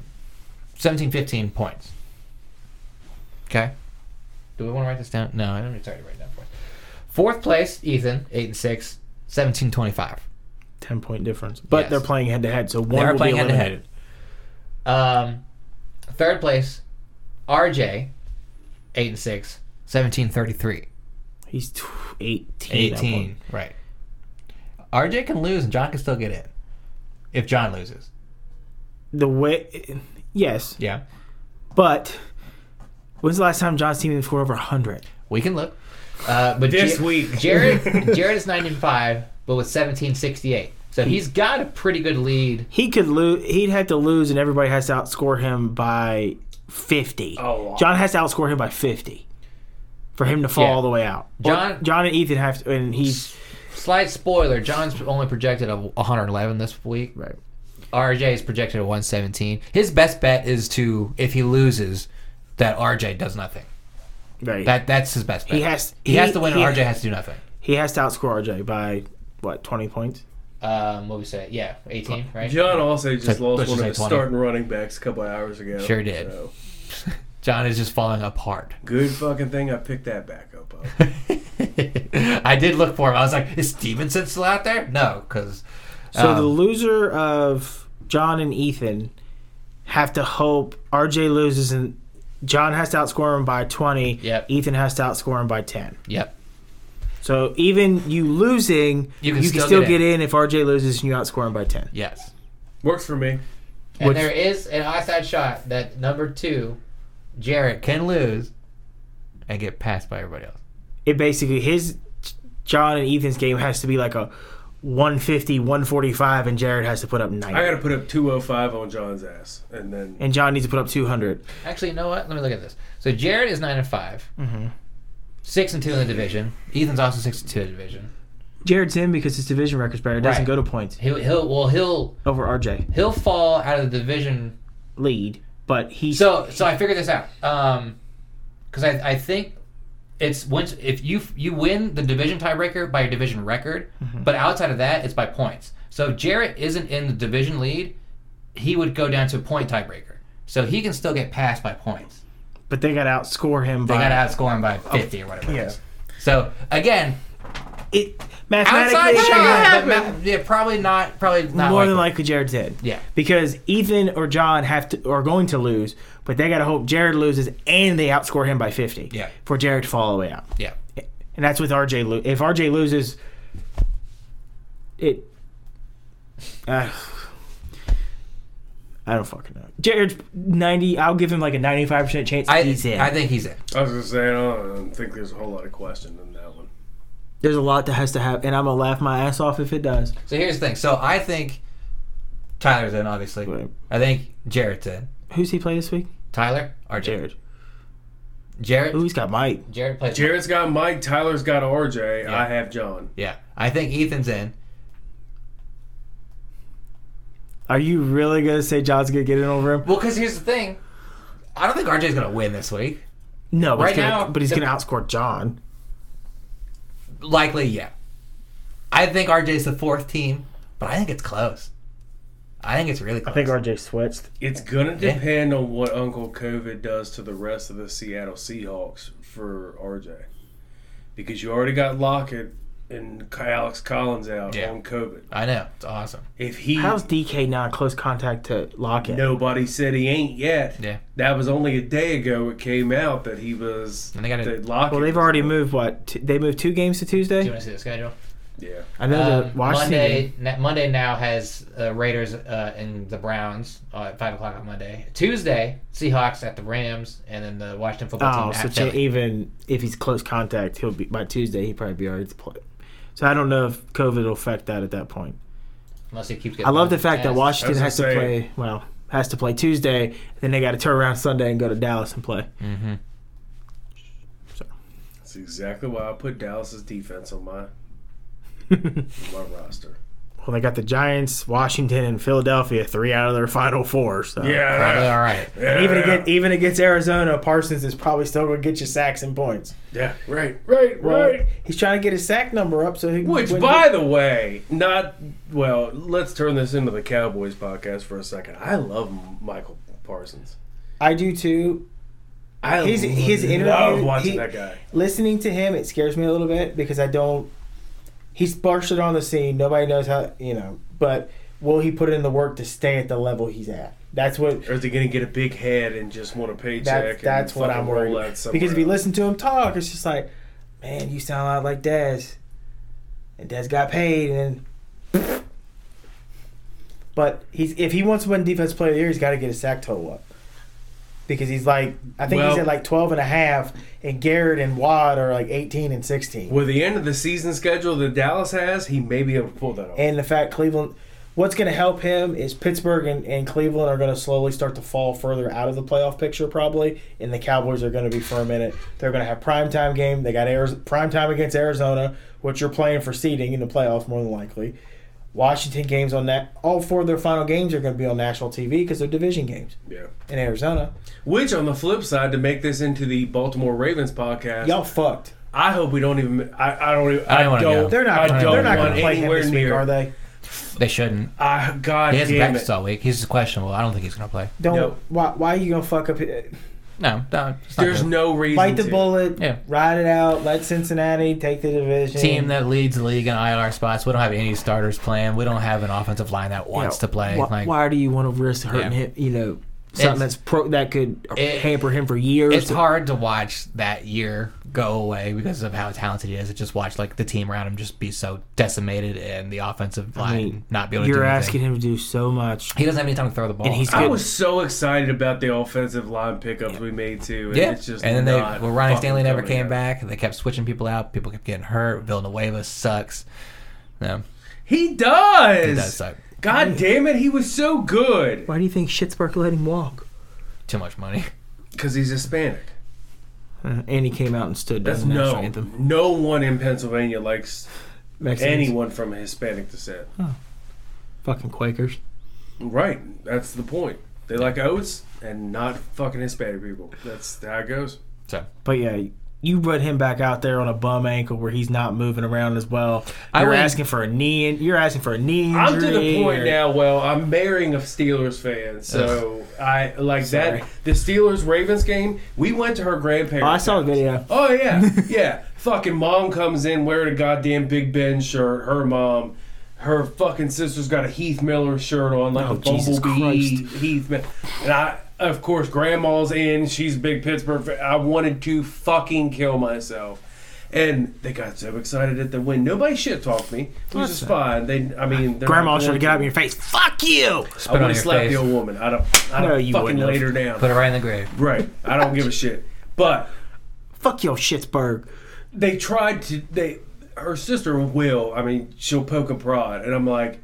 Speaker 4: 17 15 points. Okay. Do we want to write this down? No, I don't need to write it down for us. Fourth place, Ethan, eight and six, 17 25.
Speaker 2: Ten point difference, but
Speaker 4: Yes.
Speaker 2: they're playing head to head, so
Speaker 4: They
Speaker 2: one
Speaker 4: are
Speaker 2: will
Speaker 4: playing
Speaker 2: be
Speaker 4: head to
Speaker 2: eliminated.
Speaker 4: head. Um, third place, RJ, eight and six, 17 33.
Speaker 2: He's tw- 18. at that
Speaker 4: 18.
Speaker 2: point.
Speaker 4: Right. RJ can lose and John can still get in if John loses.
Speaker 2: The way, yes,
Speaker 4: Yeah.
Speaker 2: but when's the last time John's team scored over 100?
Speaker 4: We can look. Uh, but
Speaker 1: This
Speaker 4: Ja-
Speaker 1: week.
Speaker 4: Jared Jared is nine and five, but with seventeen sixty eight. So he's got a pretty good lead.
Speaker 2: He could lose. He'd have to lose, and everybody has to outscore him by 50.
Speaker 1: Oh, wow.
Speaker 2: John has to outscore him by 50 for him to fall
Speaker 4: Yeah.
Speaker 2: all the way out.
Speaker 4: John-
Speaker 2: Or John and Ethan have to, and he's
Speaker 4: Slight spoiler: John's only projected a 111 this week.
Speaker 2: right.
Speaker 4: RJ is projected a 117. His best bet is to, if he loses, that RJ does nothing.
Speaker 2: Right.
Speaker 4: That that's his best bet.
Speaker 2: he has
Speaker 4: he, has to win,
Speaker 2: he-
Speaker 4: and RJ has to do nothing.
Speaker 2: He has to outscore RJ by what twenty points?
Speaker 4: Um, what we say? Yeah, eighteen, right?
Speaker 1: John also just
Speaker 4: So,
Speaker 1: lost
Speaker 4: let's
Speaker 1: one of
Speaker 4: just
Speaker 1: his
Speaker 4: say 20.
Speaker 1: starting running backs a couple hours ago.
Speaker 4: Sure did.
Speaker 1: So,
Speaker 4: John is just falling apart.
Speaker 1: good fucking thing I picked that back up. Of.
Speaker 4: I did look for him. I was like, is Stevenson still out there? No, because
Speaker 2: So
Speaker 4: Um,
Speaker 2: the loser of John and Ethan have to hope RJ loses and John has to outscore him by twenty.
Speaker 4: Yep.
Speaker 2: Ethan has to outscore him by ten.
Speaker 4: yep,
Speaker 2: So even you losing, you
Speaker 4: You can
Speaker 2: can,
Speaker 4: still
Speaker 2: still,
Speaker 4: get
Speaker 2: get, in. if RJ loses and you outscore him by ten.
Speaker 4: yes.
Speaker 1: Works for me.
Speaker 4: And
Speaker 2: Which-
Speaker 4: there is an outside shot that number two, Jarrett, can lose and get passed by everybody else.
Speaker 2: It basically his John and Ethan's game has to be like a 150, 145, and Jared has to put up ninety.
Speaker 1: I got to put up 205 on John's ass, and then
Speaker 2: and John needs to put up two hundred.
Speaker 4: Actually, you know what? Let me look at this. So Jarrett is nine and 5 six and two in the division. Ethan's also six and two in the division.
Speaker 2: Jared's in because his division record's better. It doesn't
Speaker 4: Right.
Speaker 2: go to points
Speaker 4: He'll he'll well he'll
Speaker 2: over RJ
Speaker 4: he'll fall out of the division
Speaker 2: lead, but he's
Speaker 4: So so I figured this out. Um, because I I think it's once if you you win the division tiebreaker by your division record,
Speaker 2: Mm-hmm.
Speaker 4: but outside of that it's by points. So if Jarrett isn't in the division lead, he would go down to a point tiebreaker. So he can still get passed by points.
Speaker 2: but they got to outscore him
Speaker 4: They
Speaker 2: by
Speaker 4: got to outscore him by fifty or whatever. it
Speaker 5: Yeah.
Speaker 4: is. So again,
Speaker 2: it
Speaker 4: outside
Speaker 2: mathematically.
Speaker 4: shot,
Speaker 2: Jared-
Speaker 4: but ma- yeah, probably not. Probably not.
Speaker 2: more than
Speaker 4: likely.
Speaker 2: likely Jared's in.
Speaker 4: Yeah.
Speaker 2: Because Ethan or John have to are going to lose, but they gotta hope Jared loses and they outscore him by fifty.
Speaker 4: Yeah.
Speaker 2: For Jared to fall all the way out.
Speaker 4: Yeah.
Speaker 2: And that's with RJ lo- if RJ loses it uh, I don't fucking know. Jared's ninety I'll give him like a ninety five percent chance
Speaker 4: I,
Speaker 2: he's in.
Speaker 4: I think he's in.
Speaker 1: I was just saying, I don't I don't think there's a whole lot of question in that one.
Speaker 2: There's a lot that has to happen and I'm gonna laugh my ass off if it does.
Speaker 4: So here's the thing. So I think Tyler's in, obviously.
Speaker 2: Right.
Speaker 4: I think Jarrett's in.
Speaker 2: Who's he play this week?
Speaker 4: Tyler or Jared?
Speaker 2: Jared.
Speaker 4: Jarrett.
Speaker 2: Ooh, he's got Mike.
Speaker 4: Jarrett plays.
Speaker 1: Jared's got Mike. Tyler's got RJ.
Speaker 4: Yeah.
Speaker 1: I have John.
Speaker 4: Yeah, I think Ethan's in.
Speaker 2: Are you really gonna say John's gonna get in over him?
Speaker 4: Well, because here's the thing. I don't think RJ's gonna win this week.
Speaker 2: No, but
Speaker 4: Right
Speaker 2: he's gonna,
Speaker 4: now,
Speaker 2: but he's
Speaker 4: the-
Speaker 2: going to outscore John.
Speaker 4: Likely, yeah. I think RJ's the fourth team, but I think it's close. I think it's really close.
Speaker 2: RJ switched.
Speaker 1: It's gonna
Speaker 4: Yeah.
Speaker 1: depend on what Uncle COVID does to the rest of the Seattle Seahawks for RJ, because you already got Lockett and Alex Collins out
Speaker 4: Yeah.
Speaker 1: on COVID.
Speaker 4: I know it's awesome.
Speaker 1: If he
Speaker 2: How's DK not in close contact to Lockett?
Speaker 1: nobody said he ain't yet.
Speaker 4: Yeah.
Speaker 1: That was only a day ago. It came out that he was.
Speaker 4: And they gotta-
Speaker 1: that Lockett.
Speaker 2: Well, they've
Speaker 1: was-
Speaker 2: already moved what? T- they moved two games to
Speaker 4: Do you
Speaker 2: Tuesday.
Speaker 4: want to see the schedule?
Speaker 1: Yeah.
Speaker 2: I know
Speaker 4: Um,
Speaker 2: Uh, the Washington.
Speaker 4: Monday, na- Monday now has uh, Raiders uh, and the Browns uh, at five o'clock on Monday. Tuesday, Seahawks at the Rams, and then the Washington football
Speaker 2: Oh,
Speaker 4: team
Speaker 2: so
Speaker 4: at
Speaker 2: cha-
Speaker 4: Philly.
Speaker 2: even if he's close contact, he'll be by Tuesday. He'd probably be already to play. So I don't know if COVID will affect that at that point.
Speaker 4: Unless he keeps getting.
Speaker 2: I love the
Speaker 4: bumped in
Speaker 2: fact that
Speaker 4: ass.
Speaker 2: Washington
Speaker 1: I
Speaker 2: has
Speaker 1: was
Speaker 2: to
Speaker 1: gonna say-
Speaker 2: play. Well, has to play Tuesday. Then they got to turn around Sunday and go to Dallas and play.
Speaker 1: That's exactly why I put Dallas's defense on my on my roster.
Speaker 2: Well, they got the Giants, Washington, and Philadelphia, three out of their final four. So
Speaker 4: Probably all right.
Speaker 1: Yeah.
Speaker 5: Even against, even against Arizona, Parsons is probably still going to get you sacks and points.
Speaker 1: Yeah, right, right,
Speaker 5: Well,
Speaker 1: right.
Speaker 5: He's trying to get his sack number up so he can
Speaker 1: Which,
Speaker 5: win
Speaker 1: by the way, not well. Let's turn this into the Cowboys podcast for a second. I love Michael Parsons.
Speaker 5: the- I do too.
Speaker 1: I
Speaker 5: His- his
Speaker 1: love
Speaker 5: interview,
Speaker 1: watching
Speaker 5: he-
Speaker 1: that guy.
Speaker 5: Listening to him, it scares me a little bit because I don't. He's bursted on the scene. Nobody knows how you know, but will he put in the work to stay at the level he's at? That's what
Speaker 1: Or is he going to get a big head and just want a paycheck?
Speaker 5: That's
Speaker 1: and
Speaker 5: that's what
Speaker 1: fucking
Speaker 5: I'm
Speaker 1: roll
Speaker 5: worried
Speaker 1: out
Speaker 5: about.
Speaker 1: somewhere
Speaker 5: Because if you
Speaker 1: else?
Speaker 5: listen to him talk, it's just like, man, you sound a lot like Dez. And Dez got paid, and but he's if he wants to win defense player of the year, he's got to get his sack total up. Because he's like, I think he's
Speaker 1: Well-
Speaker 5: at like 12 and a half, and Garrett and Watt are like 18 and 16.
Speaker 1: with the end of the season schedule that Dallas has, he may be able to pull that off.
Speaker 5: and the fact Cleveland, what's going to help him is Pittsburgh and, and Cleveland are going to slowly start to fall further out of the playoff picture probably, and the Cowboys are going to be for a minute. They're going to have primetime game. They got Ari- primetime against Arizona, which you're playing for seeding in the playoffs more than likely. Washington games on that. All four of their final games are going to be on national TV because they're division games
Speaker 1: Yeah.
Speaker 5: in Arizona.
Speaker 1: Which, on the flip side, to make this into the Baltimore Ravens podcast,
Speaker 5: Y'all fucked.
Speaker 1: I hope we don't even. I, I don't. Even,
Speaker 3: I don't wanna go.
Speaker 5: They're not.
Speaker 1: I
Speaker 5: Gonna,
Speaker 1: don't
Speaker 5: they're not
Speaker 1: want
Speaker 5: going to play him
Speaker 1: anywhere
Speaker 5: this week,
Speaker 1: near.
Speaker 5: are they?
Speaker 3: They shouldn't.
Speaker 1: I, God
Speaker 4: He hasn't
Speaker 1: damn it.
Speaker 4: practiced all week. He's just questionable. I don't think he's gonna play.
Speaker 5: Don't.
Speaker 1: No.
Speaker 5: Why? Why are you going to fuck up?
Speaker 3: No, no, it's not
Speaker 1: There's
Speaker 3: good.
Speaker 1: no reason.
Speaker 5: Bite the
Speaker 1: to.
Speaker 5: bullet.
Speaker 3: Yeah.
Speaker 5: Ride it out. Let Cincinnati take the division.
Speaker 4: Team that leads the league in IR spots. We don't have any starters playing. We don't have an offensive line that wants to play.
Speaker 2: Why,
Speaker 4: like
Speaker 2: why do you want to risk hurting
Speaker 3: Yeah.
Speaker 2: him? You know, something
Speaker 4: It's-
Speaker 2: that's pro that could
Speaker 4: It-
Speaker 2: hamper him for years.
Speaker 4: it's hard to watch that year go away because of how talented he is. To just watch like the team around him just be so decimated and the offensive line
Speaker 2: mean,
Speaker 4: not be able to.
Speaker 2: You're
Speaker 4: do anything.
Speaker 2: asking him to do so much.
Speaker 4: He doesn't have any time to throw the ball.
Speaker 2: And he's-
Speaker 1: I
Speaker 2: Good.
Speaker 1: was so excited about the offensive line pickups we made too. And
Speaker 4: yeah,
Speaker 1: it's just
Speaker 4: and then they
Speaker 1: not
Speaker 4: well, Ronnie
Speaker 1: fucking
Speaker 4: Stanley never
Speaker 1: coming
Speaker 4: came
Speaker 1: out.
Speaker 4: back. They kept switching people out. People kept getting hurt. Villanueva sucks. No,
Speaker 1: He does.
Speaker 4: he does suck.
Speaker 1: God damn it, he was so good.
Speaker 2: Why do you think Shitsburg let him walk?
Speaker 4: Too much money.
Speaker 1: Because he's Hispanic.
Speaker 2: Uh, and he came out and stood
Speaker 1: That's
Speaker 2: down the national
Speaker 1: no.
Speaker 2: anthem.
Speaker 1: No one in Pennsylvania likes
Speaker 2: Mexicans,
Speaker 1: anyone from a Hispanic descent.
Speaker 2: fucking Quakers.
Speaker 1: Right. That's the point. They like oats and not fucking Hispanic people. That's how it goes.
Speaker 5: But yeah, you put him back out there on a bum ankle where he's not moving around as well.
Speaker 4: I
Speaker 5: You're
Speaker 4: wouldn't-
Speaker 5: asking for a knee. In, you're asking for a knee injury.
Speaker 1: I'm to the point
Speaker 5: or-
Speaker 1: now. Well, I'm marrying a Steelers fan, so I like that. The Steelers Ravens game. We went to her grandparents.
Speaker 2: Oh, I saw the
Speaker 1: house.
Speaker 2: video.
Speaker 1: Oh yeah, yeah. fucking mom comes in wearing a goddamn Big Ben shirt. Her mom, her fucking sister's got a Heath Miller shirt on, like
Speaker 2: Oh,
Speaker 1: a
Speaker 2: Jesus
Speaker 1: bumblebee
Speaker 2: Christ.
Speaker 1: Heath. Mi- And I, of course, grandma's in. She's a big Pittsburgh. Fan. I wanted to fucking kill myself. And they got so excited at the win. Nobody shit talked me, which is fine. They, I mean, they're
Speaker 5: Grandma
Speaker 1: not
Speaker 5: should
Speaker 1: going
Speaker 5: have got up
Speaker 1: to.
Speaker 5: in your face. Fuck you.
Speaker 1: I
Speaker 4: Spit
Speaker 1: would
Speaker 4: on your
Speaker 1: have slapped
Speaker 4: face.
Speaker 1: the old woman. I'd have, I'd
Speaker 2: No,
Speaker 1: have
Speaker 2: you
Speaker 1: fucking
Speaker 2: wouldn't have.
Speaker 1: laid her down.
Speaker 4: Put it right in the grave.
Speaker 1: right. I don't give a shit. But
Speaker 2: Fuck your Shitsburg.
Speaker 1: they tried to they her sister will i mean she'll poke and prod and i'm like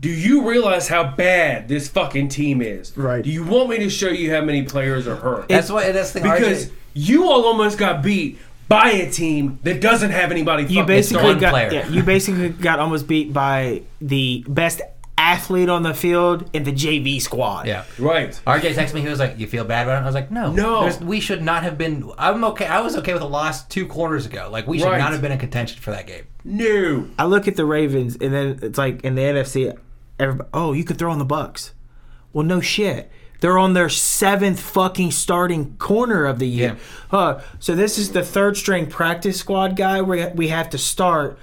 Speaker 1: do you realize how bad this fucking team is
Speaker 5: Right.
Speaker 1: do you want me to show you how many players are hurt
Speaker 4: That's why. That's the thing.
Speaker 1: because
Speaker 4: RJ
Speaker 1: you all almost got beat by a team that doesn't have anybody
Speaker 2: You
Speaker 1: fucking
Speaker 2: basically
Speaker 1: starting.
Speaker 2: got
Speaker 4: player.
Speaker 2: yeah, you basically got almost beat by the best athlete on the field in the JV squad.
Speaker 4: yeah.
Speaker 1: right
Speaker 4: RJ texted me. He was like, "You feel bad about it?" I was like, "No,
Speaker 1: No.
Speaker 4: There's- we should not have been. I'm okay. I was okay with a loss two quarters ago. Like we should
Speaker 1: Right.
Speaker 4: not have been in contention for that game.
Speaker 1: no
Speaker 2: I look at the Ravens, and then it's like in the NFC, everybody, oh, you could throw on the Bucks. Well, no shit. They're on their seventh fucking starting corner of the year. Huh. so this is the third string practice squad guy where we have to start,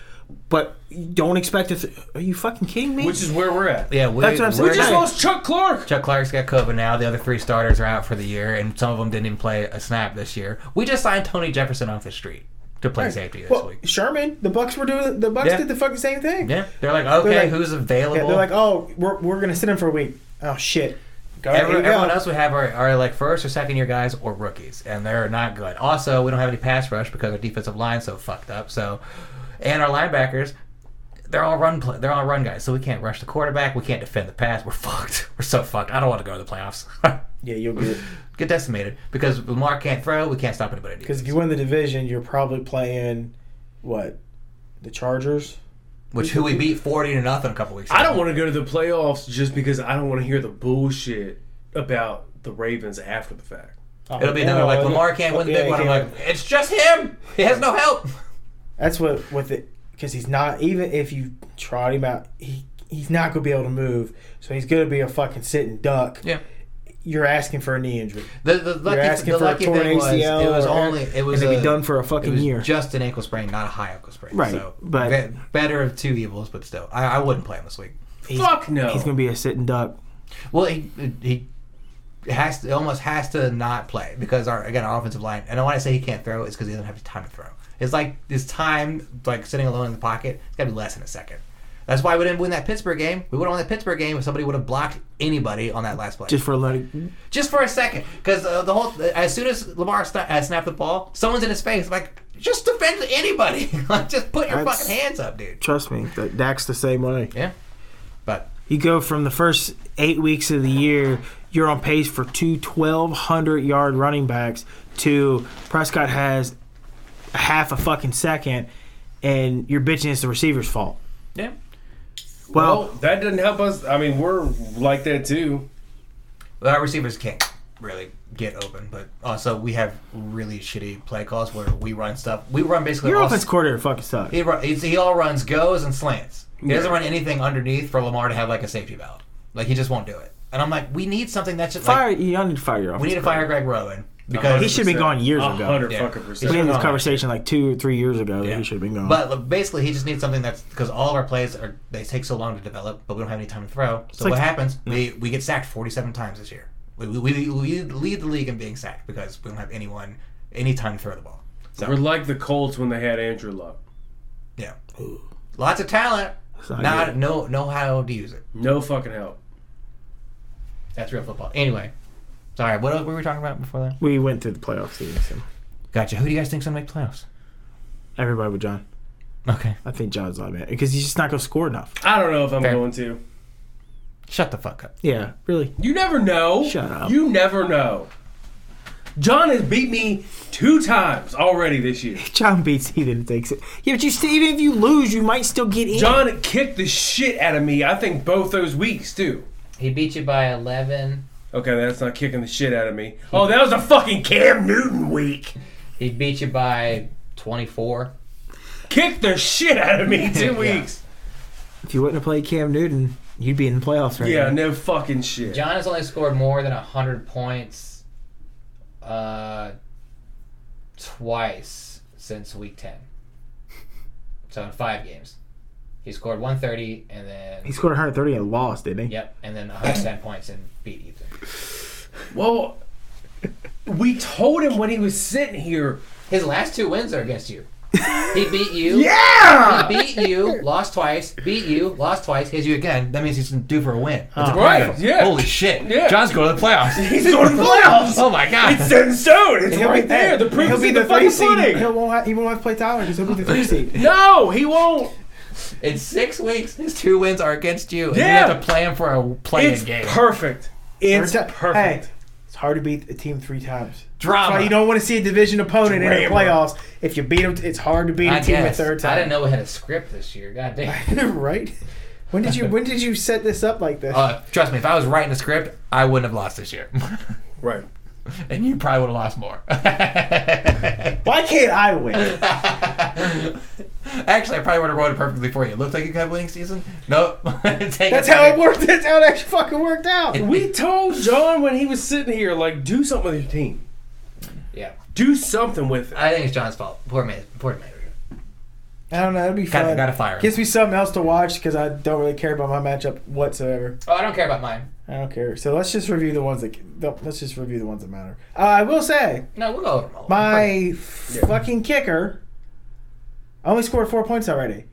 Speaker 2: but you don't expect it. Are you fucking kidding me?
Speaker 1: which is where we're at
Speaker 4: Yeah, we,
Speaker 2: That's what I'm saying.
Speaker 1: we
Speaker 4: we're-
Speaker 1: just
Speaker 2: Right.
Speaker 1: lost chuck clark
Speaker 4: Chuck Clark's got COVID now. The other three starters are out for the year, and some of them didn't even play a snap this year. We just signed Tony Jefferson off the street to play safety this
Speaker 5: Well,
Speaker 4: week.
Speaker 5: Sherman, the Bucks were doing. The Bucks
Speaker 4: Yeah.
Speaker 5: did the fucking same thing.
Speaker 4: Yeah, they're like, okay,
Speaker 5: like-
Speaker 4: who's available?
Speaker 5: Yeah, they're like, oh, we're, we're gonna sit him for a week. Oh shit. Go,
Speaker 4: Every-
Speaker 5: here you go.
Speaker 4: everyone else we have are, are like first or second year guys or rookies, and they're not good. Also, we don't have any pass rush because our defensive line's so fucked up. So, and our linebackers, they're all run play, they're all run guys. So we can't rush the quarterback. We can't defend the pass. We're fucked. We're so fucked. I don't want to go to the playoffs.
Speaker 5: Yeah, you'll get.
Speaker 4: Get decimated because Lamar can't throw. We can't stop anybody.
Speaker 5: Because if you win the division, you're probably playing what? The Chargers.
Speaker 4: Which who we beat forty to nothing a couple weeks.
Speaker 1: I don't want to go to the playoffs just because I don't want to hear the bullshit about the Ravens after the fact.
Speaker 5: Oh,
Speaker 4: It'll be another
Speaker 5: no,
Speaker 4: like
Speaker 5: it-
Speaker 4: Lamar can't win the
Speaker 5: yeah,
Speaker 4: big
Speaker 5: he
Speaker 4: one. I'm
Speaker 5: can't.
Speaker 4: like, it's just him. He has no help.
Speaker 5: That's what with it because he's not even if you trot him out, he he's not gonna be able to move. So he's gonna be a fucking sitting duck.
Speaker 4: Yeah.
Speaker 5: You're asking for a knee injury.
Speaker 4: The, the lucky,
Speaker 5: asking
Speaker 4: the
Speaker 5: for a
Speaker 4: lucky
Speaker 5: torn
Speaker 4: thing was it
Speaker 5: ACL
Speaker 4: was
Speaker 5: or-
Speaker 4: only it was
Speaker 2: and they'd
Speaker 4: a-
Speaker 2: be done for a
Speaker 4: it
Speaker 2: fucking
Speaker 4: was
Speaker 2: year.
Speaker 4: just an ankle sprain, not a high ankle sprain.
Speaker 2: Right,
Speaker 4: So
Speaker 2: but-
Speaker 4: be- better of two evils, but still, I, I wouldn't play him this week.
Speaker 1: Fuck no.
Speaker 2: He's gonna be a sitting duck.
Speaker 4: Well, he he has to almost has to not play because our again our offensive line. And when I say he can't throw, it's because he doesn't have time to throw. It's like his time like sitting alone in the pocket. It's got to be less than a second. That's why we didn't win that Pittsburgh game. We would have won that Pittsburgh game if somebody would have blocked anybody on that last play
Speaker 2: Just for a little,
Speaker 4: just for a second, because uh, the whole as soon as Lamar sna- uh, snapped the ball, someone's in his face like, just defend anybody, like just put your
Speaker 2: That's-
Speaker 4: fucking hands up, dude.
Speaker 2: trust me, that Dak's the same way.
Speaker 4: Yeah, but
Speaker 2: You go from the first eight weeks of the year, you're on pace for two 1,200 yard running backs to Prescott has a half a fucking second, and you're bitching it's the receiver's fault.
Speaker 4: yeah,
Speaker 1: Well,
Speaker 6: Well,
Speaker 1: that doesn't help us. I mean, we're like that too.
Speaker 4: Well, our receivers can't really get open, but also we have really shitty play calls where we run stuff. We run basically
Speaker 6: your
Speaker 4: all
Speaker 6: offense coordinator fucking sucks.
Speaker 4: He, run, he's, he all runs goes and slants. He doesn't run anything underneath for Lamar to have like a safety valve. Like he just won't do it. And I'm like, we need something that's just
Speaker 6: Fire,
Speaker 4: like
Speaker 6: y'all need to fire your offense.
Speaker 4: we need to fire Greg Rowan
Speaker 6: He
Speaker 4: because.
Speaker 6: should have been gone years
Speaker 1: A
Speaker 6: ago.
Speaker 1: hundred
Speaker 4: Yeah.
Speaker 1: fucking
Speaker 6: We
Speaker 1: percent.
Speaker 6: had this
Speaker 4: Yeah.
Speaker 6: conversation like two, three years ago that he should have been gone.
Speaker 4: But like, basically, he just needs something that's because all of our plays are they take so long to develop, but we don't have any time to throw. So
Speaker 6: like-
Speaker 4: what happens? We we get sacked 47 times this year. We, we, we, we lead the league in being sacked because we don't have anyone any time to throw the ball.
Speaker 1: We're like the Colts when they had Andrew Luck.
Speaker 4: Yeah, lots of talent,
Speaker 6: not
Speaker 4: not
Speaker 6: good.
Speaker 4: no know how to use it.
Speaker 1: No fucking help.
Speaker 4: That's real football.
Speaker 7: Anyway,
Speaker 4: Sorry, what else were we talking about before that?
Speaker 6: we went through the playoff season. So.
Speaker 7: gotcha. Who do you guys think's gonna make playoffs?
Speaker 6: Everybody with John.
Speaker 7: Okay,
Speaker 6: I think John's on it because he's just not going to score enough.
Speaker 1: I don't know if I'm
Speaker 7: Fair.
Speaker 1: going to.
Speaker 7: shut the fuck up.
Speaker 6: Yeah, really.
Speaker 1: You never know.
Speaker 6: Shut up.
Speaker 1: You never know. John has beat me two times already this year.
Speaker 6: John beats Heathen and takes it. Yeah, but you still, even if you lose, you might still get in.
Speaker 1: John kicked the shit out of me. I think both those weeks too.
Speaker 7: He beat you by 11.
Speaker 1: Okay, that's not kicking the shit out of me. Oh, that was a fucking Cam Newton week.
Speaker 7: He beat you by 24.
Speaker 1: Kicked the shit out of me two weeks.
Speaker 6: If you wouldn't have played Cam Newton, you'd be in the playoffs right
Speaker 1: Yeah,
Speaker 6: now.
Speaker 1: no fucking shit.
Speaker 7: John has only scored more than 100 points uh, twice since week 10. So in five games. He scored 130 and then.
Speaker 6: He scored 130 and lost, didn't he?
Speaker 7: Yep, and then 110 points and beat Ethan.
Speaker 1: Well, we told him when he was sitting here.
Speaker 7: His last two wins are against you. He beat you.
Speaker 1: Yeah,
Speaker 7: He beat you, lost twice, beat you, lost twice, hit you again.
Speaker 4: Again, that means he's due for a win.
Speaker 1: right. Yeah,
Speaker 4: Holy shit!
Speaker 1: Yeah.
Speaker 4: John's going to the playoffs.
Speaker 1: he's going to the playoffs.
Speaker 4: oh my god!
Speaker 1: It's set in stone. It's
Speaker 2: He'll be
Speaker 1: right there. The proof
Speaker 2: he'll
Speaker 1: is
Speaker 2: be
Speaker 1: in the,
Speaker 2: the three
Speaker 1: fucking
Speaker 2: seed. He'll
Speaker 1: pudding.
Speaker 2: won't have, he won't have to play Tyler because he'll be the three seed.
Speaker 1: No, he won't.
Speaker 4: In six weeks, his two wins are against you.
Speaker 1: Yeah.
Speaker 4: And you have to play him for a
Speaker 1: It's
Speaker 4: play-in game.
Speaker 1: perfect. It's
Speaker 2: Every ti-
Speaker 1: perfect.
Speaker 2: Hey, it's hard to beat a team three times. That's
Speaker 4: Drama.
Speaker 2: why you don't want to see a division opponent in the
Speaker 1: Drama.
Speaker 2: playoffs. If you beat them, it's hard to beat a
Speaker 7: I
Speaker 2: team a
Speaker 7: guess.
Speaker 2: third time.
Speaker 7: I didn't know we had a script this year. God damn.
Speaker 2: right? When did you when did you set this up like this?
Speaker 4: Uh, trust me, if I was writing the script, I wouldn't have lost this year,
Speaker 1: Right.
Speaker 4: and you probably would have lost more.
Speaker 2: Why can't I win?
Speaker 4: Actually, I probably would have wrote it perfectly for you. Looked like you could have a winning season. Nope.
Speaker 2: That's how it worked. That's how it actually fucking worked out.
Speaker 1: We told John when he was sitting here, like, do something with your team.
Speaker 7: Yeah.
Speaker 1: Do something with it.
Speaker 4: I think it's John's fault. Poor man. Poor man.
Speaker 2: I don't know. That'd be
Speaker 4: Gotta,
Speaker 2: fun.
Speaker 4: gotta fire him.
Speaker 2: Gives me something else to watch because I don't really care about my matchup whatsoever.
Speaker 7: Oh, I don't care about mine.
Speaker 2: I don't care. So let's just review the ones that. no, Let's just review the ones that matter. Uh, I will say
Speaker 7: No, we'll go over them all.
Speaker 2: my fucking kicker only scored four points already.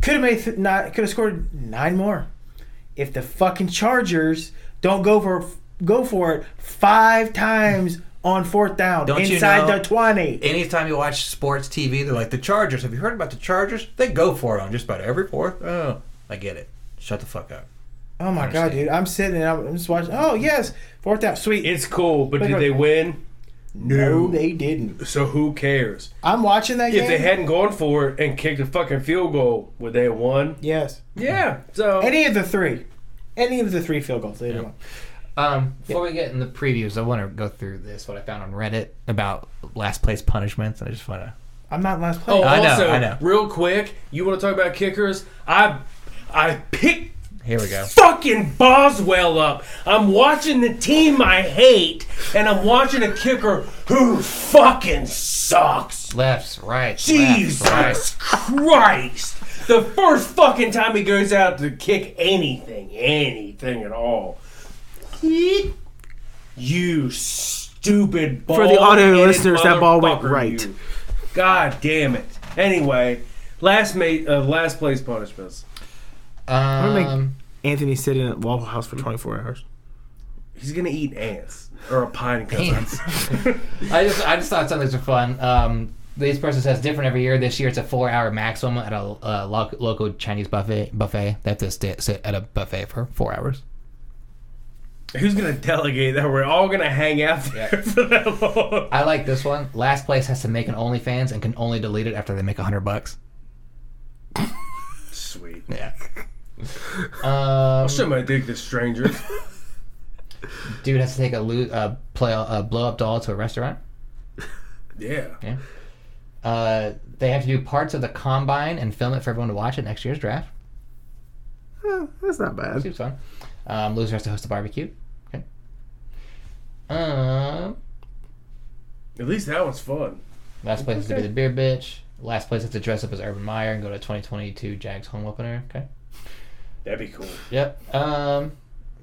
Speaker 2: Could have made th- not. Could have scored nine more if the fucking Chargers don't go for go for it five times on fourth down
Speaker 4: Don't you
Speaker 2: inside
Speaker 4: know-
Speaker 2: the twenty.
Speaker 4: Anytime you watch sports TV, they're like the Chargers. Have you heard about the Chargers? They go for it on just about every fourth. Oh, I get it. Shut the fuck up.
Speaker 2: Oh my god, dude! I'm sitting and I'm, I'm just watching. Oh yes, fourth down, sweet.
Speaker 1: It's cool, but did they win?
Speaker 2: no, they didn't.
Speaker 1: So who cares?
Speaker 2: I'm watching
Speaker 1: If
Speaker 2: that game.
Speaker 1: they hadn't gone for it and kicked a fucking field goal, would they have won?
Speaker 2: yes,
Speaker 1: Yeah. So
Speaker 2: any of the three, any of the three field goals, they didn't.
Speaker 7: Um, before we get in the previews, I want to go through this what I found on Reddit about last place punishments. I just want to.
Speaker 2: I'm not in last place.
Speaker 1: Oh,
Speaker 4: I know,
Speaker 1: also,
Speaker 4: I know.
Speaker 1: real quick, you want to talk about kickers? I, I picked
Speaker 4: Here we go.
Speaker 1: fucking Boswell up. I'm watching the team I hate, and I'm watching a kicker who fucking sucks.
Speaker 7: Lefts, right.
Speaker 1: Jesus
Speaker 7: Lefts,
Speaker 1: Christ! The first fucking time he goes out to kick anything, anything at all, you stupid ball.
Speaker 6: the audio listeners, that ball went right.
Speaker 1: God damn it! Anyway, last mate, uh, last place punishments.
Speaker 7: right.
Speaker 6: make-
Speaker 7: Um,
Speaker 6: Anthony sit in at Waffle House for 24 hours.
Speaker 1: He's gonna eat ants or a pine cone.
Speaker 7: Ants. I just I just thought some of these were fun. Um, this person says different every year. This year it's a four hour maximum at a uh, lo- local Chinese buffet. Buffet. They have to sti- sit at a buffet for four hours.
Speaker 1: Who's gonna delegate that? We're all gonna hang out there for that long.
Speaker 7: I like this one. Last place has to make an OnlyFans and can only delete it after they make a hundred bucks.
Speaker 1: sweet.
Speaker 8: Yeah.
Speaker 4: Um,
Speaker 1: I'll show my dick to strangers.
Speaker 4: dude has to take a lo- uh, play a uh, blow up doll to a restaurant.
Speaker 1: Yeah.
Speaker 4: Uh, they have to do parts of the combine and film it for everyone to watch at next year's draft.
Speaker 2: Eh, that's not bad.
Speaker 4: Seems fun. Um, loser has to host a barbecue. Okay. Um,
Speaker 1: At least that one's fun.
Speaker 4: last place has to be the beer bitch. Last place has to dress up as Urban Meyer and go to 2022 Jags home opener. Okay.
Speaker 1: That'd be cool.
Speaker 4: Yep. Um,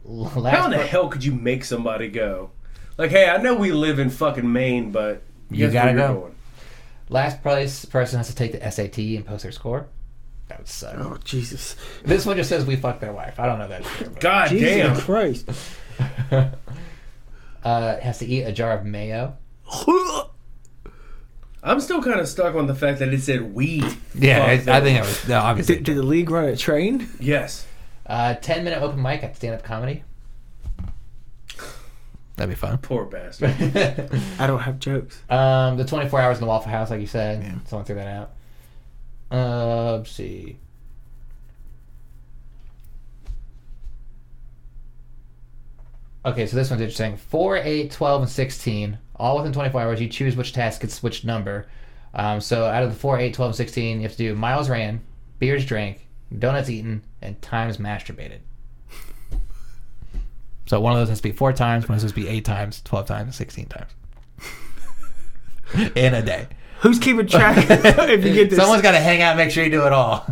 Speaker 4: l- last
Speaker 1: How in the
Speaker 4: pla-
Speaker 1: hell could you make somebody go? Like, hey, I know we live in fucking Maine, but
Speaker 8: You
Speaker 1: guess where
Speaker 8: gotta
Speaker 1: you're
Speaker 8: go.
Speaker 1: going.
Speaker 4: last place person has to take the SAT and post their score. That would suck.
Speaker 2: Oh Jesus!
Speaker 4: This one just says we fucked their wife. I don't know that. shit, but-
Speaker 1: God
Speaker 2: Jesus
Speaker 1: damn.
Speaker 2: Christ!
Speaker 4: uh, has to eat a jar of mayo.
Speaker 1: I'm still kind of stuck on the fact that it said we.
Speaker 8: Yeah,
Speaker 1: Fuck
Speaker 8: I, I
Speaker 1: that.
Speaker 8: think that was no, obviously.
Speaker 2: Did, did the league run a train?
Speaker 1: Yes.
Speaker 4: Uh, 10 minute open mic at stand up comedy.
Speaker 8: That'd be fun.
Speaker 1: Poor bastard.
Speaker 2: I don't have jokes.
Speaker 4: Um, the 24 hours in the Waffle House, like you said. Someone threw that out. Uh, let's see. Okay, so this one's interesting. 4, 8, 12, and 16. All within 24 hours. You choose which task gets which number. Um, so out of the 4, 8, 12, and 16, you have to do miles ran, beers drank, donuts eaten, and times masturbated.
Speaker 8: So one of those has to be four times, one of those has to be eight times, twelve times, sixteen times. In a day.
Speaker 2: Who's keeping track? if you get this,
Speaker 8: Someone's gotta hang out, make sure you do it all.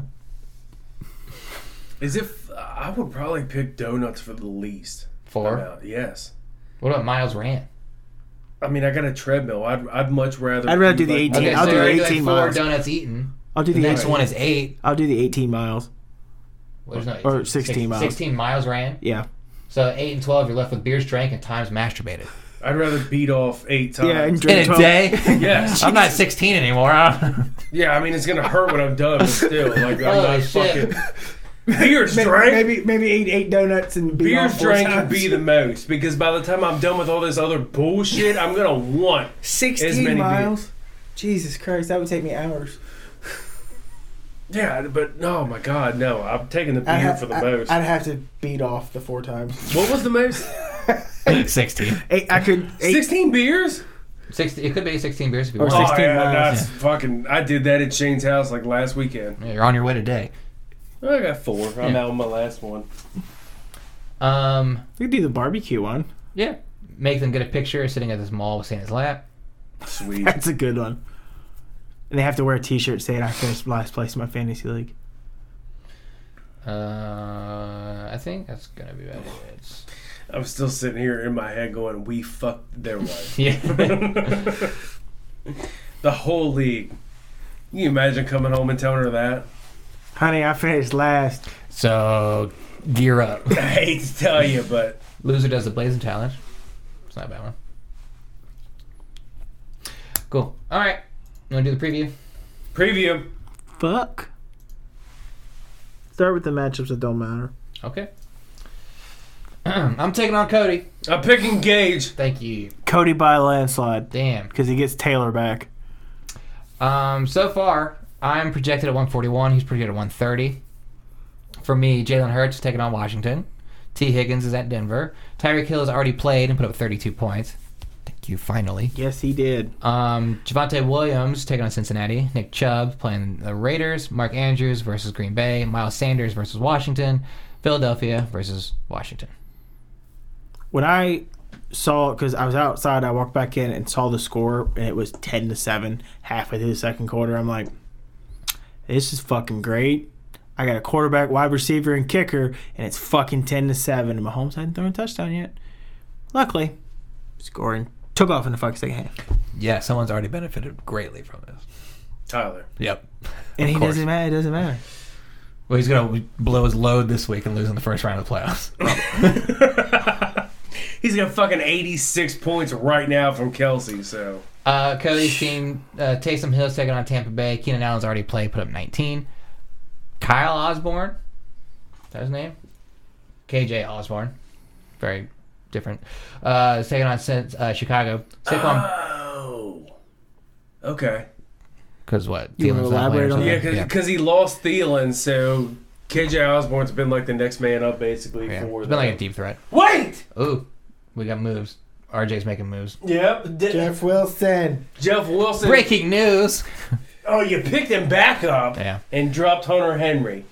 Speaker 1: Is if I would probably pick donuts for the least
Speaker 4: 4.
Speaker 1: amount. Yes.
Speaker 4: What about miles ran?
Speaker 1: I mean, I got a treadmill. I'd, I'd much rather.
Speaker 2: I'd rather do the 18.
Speaker 4: Okay,
Speaker 2: I'll
Speaker 4: so
Speaker 2: do
Speaker 4: you're already
Speaker 2: 18
Speaker 4: doing four
Speaker 2: miles.
Speaker 4: donuts eaten.
Speaker 2: I'll do the,
Speaker 8: Next
Speaker 2: 18,
Speaker 8: one is eight.
Speaker 2: I'll do the 18 miles.
Speaker 4: Well, there's no 18.
Speaker 2: Or 16
Speaker 4: Six-
Speaker 2: miles.
Speaker 4: 16 miles ran.
Speaker 2: Yeah.
Speaker 4: So 8 and 12, you're left with beers drank and times masturbated.
Speaker 1: I'd rather beat off eight times.
Speaker 2: Yeah, and
Speaker 8: In
Speaker 2: drink
Speaker 8: a
Speaker 2: 12.
Speaker 8: day?
Speaker 1: Yes.
Speaker 8: I'm not sixteen anymore. I don't-
Speaker 1: Yeah, I mean, it's gonna hurt when I'm done, but still, like, I'm
Speaker 4: Oh,
Speaker 1: not
Speaker 4: shit.
Speaker 1: fucking. Beers drank.
Speaker 5: Maybe maybe eat eight donuts and be
Speaker 1: Beers
Speaker 5: off four
Speaker 1: drank would
Speaker 5: times.
Speaker 1: be the most because by the time I'm done with all this other bullshit, I'm gonna want. as many
Speaker 5: sixteen miles. Jesus Christ, that would take me hours.
Speaker 1: Yeah, but no, oh my God, no. I'm taking the beer
Speaker 5: I'd have,
Speaker 1: for the
Speaker 5: I-
Speaker 1: most.
Speaker 5: I'd have to beat off the four times.
Speaker 1: what was the most?
Speaker 8: Sixteen.
Speaker 2: Eight, I could. Eight,
Speaker 1: 16 beers?
Speaker 4: 16, it could be 16 beers if you
Speaker 2: Or
Speaker 4: want.
Speaker 1: Oh,
Speaker 2: 16
Speaker 1: yeah,
Speaker 2: miles,
Speaker 1: that's fucking. I did that at Shane's house like last weekend.
Speaker 8: Yeah, You're on your way today.
Speaker 1: I got four. I'm
Speaker 4: Yeah.
Speaker 1: out with my last one.
Speaker 4: Um,
Speaker 2: we could do the barbecue one.
Speaker 4: yeah. Make them get a picture sitting at this mall with Santa's lap.
Speaker 1: Sweet.
Speaker 2: That's a good one. And they have to wear a T-shirt saying I finished last place in my fantasy league.
Speaker 4: Uh, I think that's going to be about it.
Speaker 1: I'm still sitting here in my head going, we fucked their wife.
Speaker 4: Yeah.
Speaker 1: the whole league. Can you imagine coming home and telling her that?
Speaker 2: Honey, I finished last.
Speaker 4: so, gear up.
Speaker 1: I hate to tell you, but
Speaker 4: Loser does the blazing challenge. It's not a bad one. Cool. All right. You want to do the preview?
Speaker 1: preview.
Speaker 2: Fuck. Start with the matchups that don't matter.
Speaker 4: Okay. I'm taking on Cody.
Speaker 1: I'm picking Gage.
Speaker 4: Thank you.
Speaker 2: Cody by a landslide
Speaker 4: Damn.
Speaker 2: because he gets Taylor back.
Speaker 4: Um, so far, I'm projected at 141. He's projected at 130. For me, Jalen Hurts is taking on Washington. T. Higgins is at Denver. Tyreek Hill has already played and put up 32 points. Thank you, finally.
Speaker 2: Yes, he did.
Speaker 4: Um, Javante Williams taking on Cincinnati. Nick Chubb playing the Raiders. Mark Andrews versus Green Bay. Miles Sanders versus Washington. Philadelphia versus Washington.
Speaker 2: When I saw, because I was outside, I walked back in and saw the score, and it was ten to seven halfway through the second quarter. I'm like, this is fucking great. I got a quarterback, wide receiver, and kicker, and it's fucking ten to seven. And Mahomes hadn't thrown a touchdown yet. Luckily, scoring took off in the fucking second half,
Speaker 8: Yeah, someone's already benefited greatly from this.
Speaker 1: Tyler.
Speaker 8: Yep.
Speaker 2: and he
Speaker 8: course.
Speaker 2: doesn't matter. It doesn't matter.
Speaker 8: Well, he's gonna blow his load this week and lose in the first round of the playoffs.
Speaker 1: He's got fucking 86 points right now from Kelsey, so.
Speaker 4: Uh, Cody's team, uh, Taysom Hill's taking on Tampa Bay. Keenan Allen's already played, put up 19. Kyle Osborne, is that his name? KJ Osborne. Very different. Uh, is taking on since, uh, Chicago.
Speaker 1: Um,
Speaker 4: Saquon,
Speaker 1: Oh. Okay.
Speaker 4: because what?
Speaker 2: You wanna
Speaker 4: Thielen's not playing
Speaker 2: elaborate
Speaker 4: or
Speaker 2: on
Speaker 4: something?
Speaker 1: Yeah,
Speaker 2: that?
Speaker 1: because he lost Thielen, so KJ Osborne's been like the next man up basically
Speaker 4: Yeah.
Speaker 1: for
Speaker 4: It's
Speaker 1: the-
Speaker 4: been like a deep threat.
Speaker 1: Wait!
Speaker 4: Ooh, we got moves. RJ's making moves.
Speaker 1: Yep. D- Jeff.
Speaker 5: Jeff Wilson.
Speaker 1: Wilson.
Speaker 4: Breaking news.
Speaker 1: Oh, you picked him back up
Speaker 4: Yeah.
Speaker 1: and dropped Hunter Henry.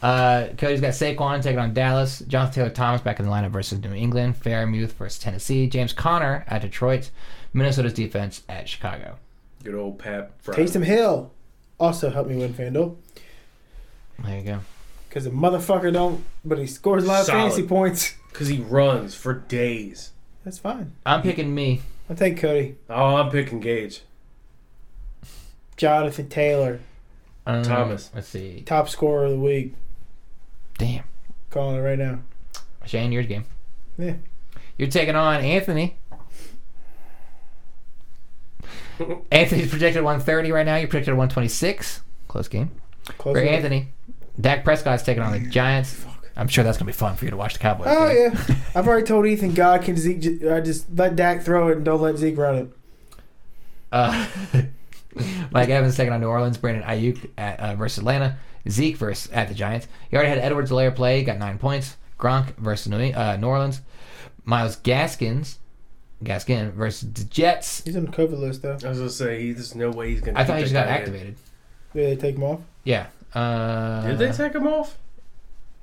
Speaker 4: Uh, Cody's got Saquon taking on Dallas. Jonathan Taylor Thomas back in the lineup versus New England. Fairmouth versus Tennessee. James Conner at Detroit. Minnesota's defense at Chicago.
Speaker 1: Good old Pap. Fry.
Speaker 5: Taysom Hill also helped me win Fanduel
Speaker 4: There you go.
Speaker 5: because the motherfucker don't, but he scores a lot of
Speaker 1: Solid.
Speaker 5: fantasy points.
Speaker 1: Because he runs for days.
Speaker 5: That's fine.
Speaker 4: I'm picking me.
Speaker 5: I'll take Cody.
Speaker 1: Oh, I'm picking Gage.
Speaker 5: Jonathan Taylor,
Speaker 4: Um,
Speaker 1: Thomas.
Speaker 4: Let's see.
Speaker 5: top scorer of the week.
Speaker 4: Damn.
Speaker 5: Calling it right now.
Speaker 4: Shane, your game.
Speaker 5: Yeah.
Speaker 4: You're taking on Anthony. Anthony's projected at 130 right now. You're projected at 126. Close game.
Speaker 5: Close
Speaker 4: For
Speaker 5: enough.
Speaker 4: Anthony, Dak Prescott's taking on the Giants. I'm sure that's going to be fun for you to watch the Cowboys.
Speaker 5: Oh
Speaker 4: game.
Speaker 5: yeah, I've already told Ethan God can Zeke. ju- I just let Dak throw it and don't let Zeke run it.
Speaker 4: Uh, Mike Evans taking on New Orleans. Brandon Ayuk at, uh, versus Atlanta. Zeke versus at the Giants. You already had Edwards Alaire play, got nine points. Gronk versus New, uh, New Orleans. Miles Gaskins, Gaskin versus the Jets.
Speaker 5: He's on the COVID list though.
Speaker 1: I was going to say, he, there's no way he's going to
Speaker 4: I thought he just got activated.
Speaker 5: Did they take him off?
Speaker 4: Yeah. Uh,
Speaker 1: Did they take him off?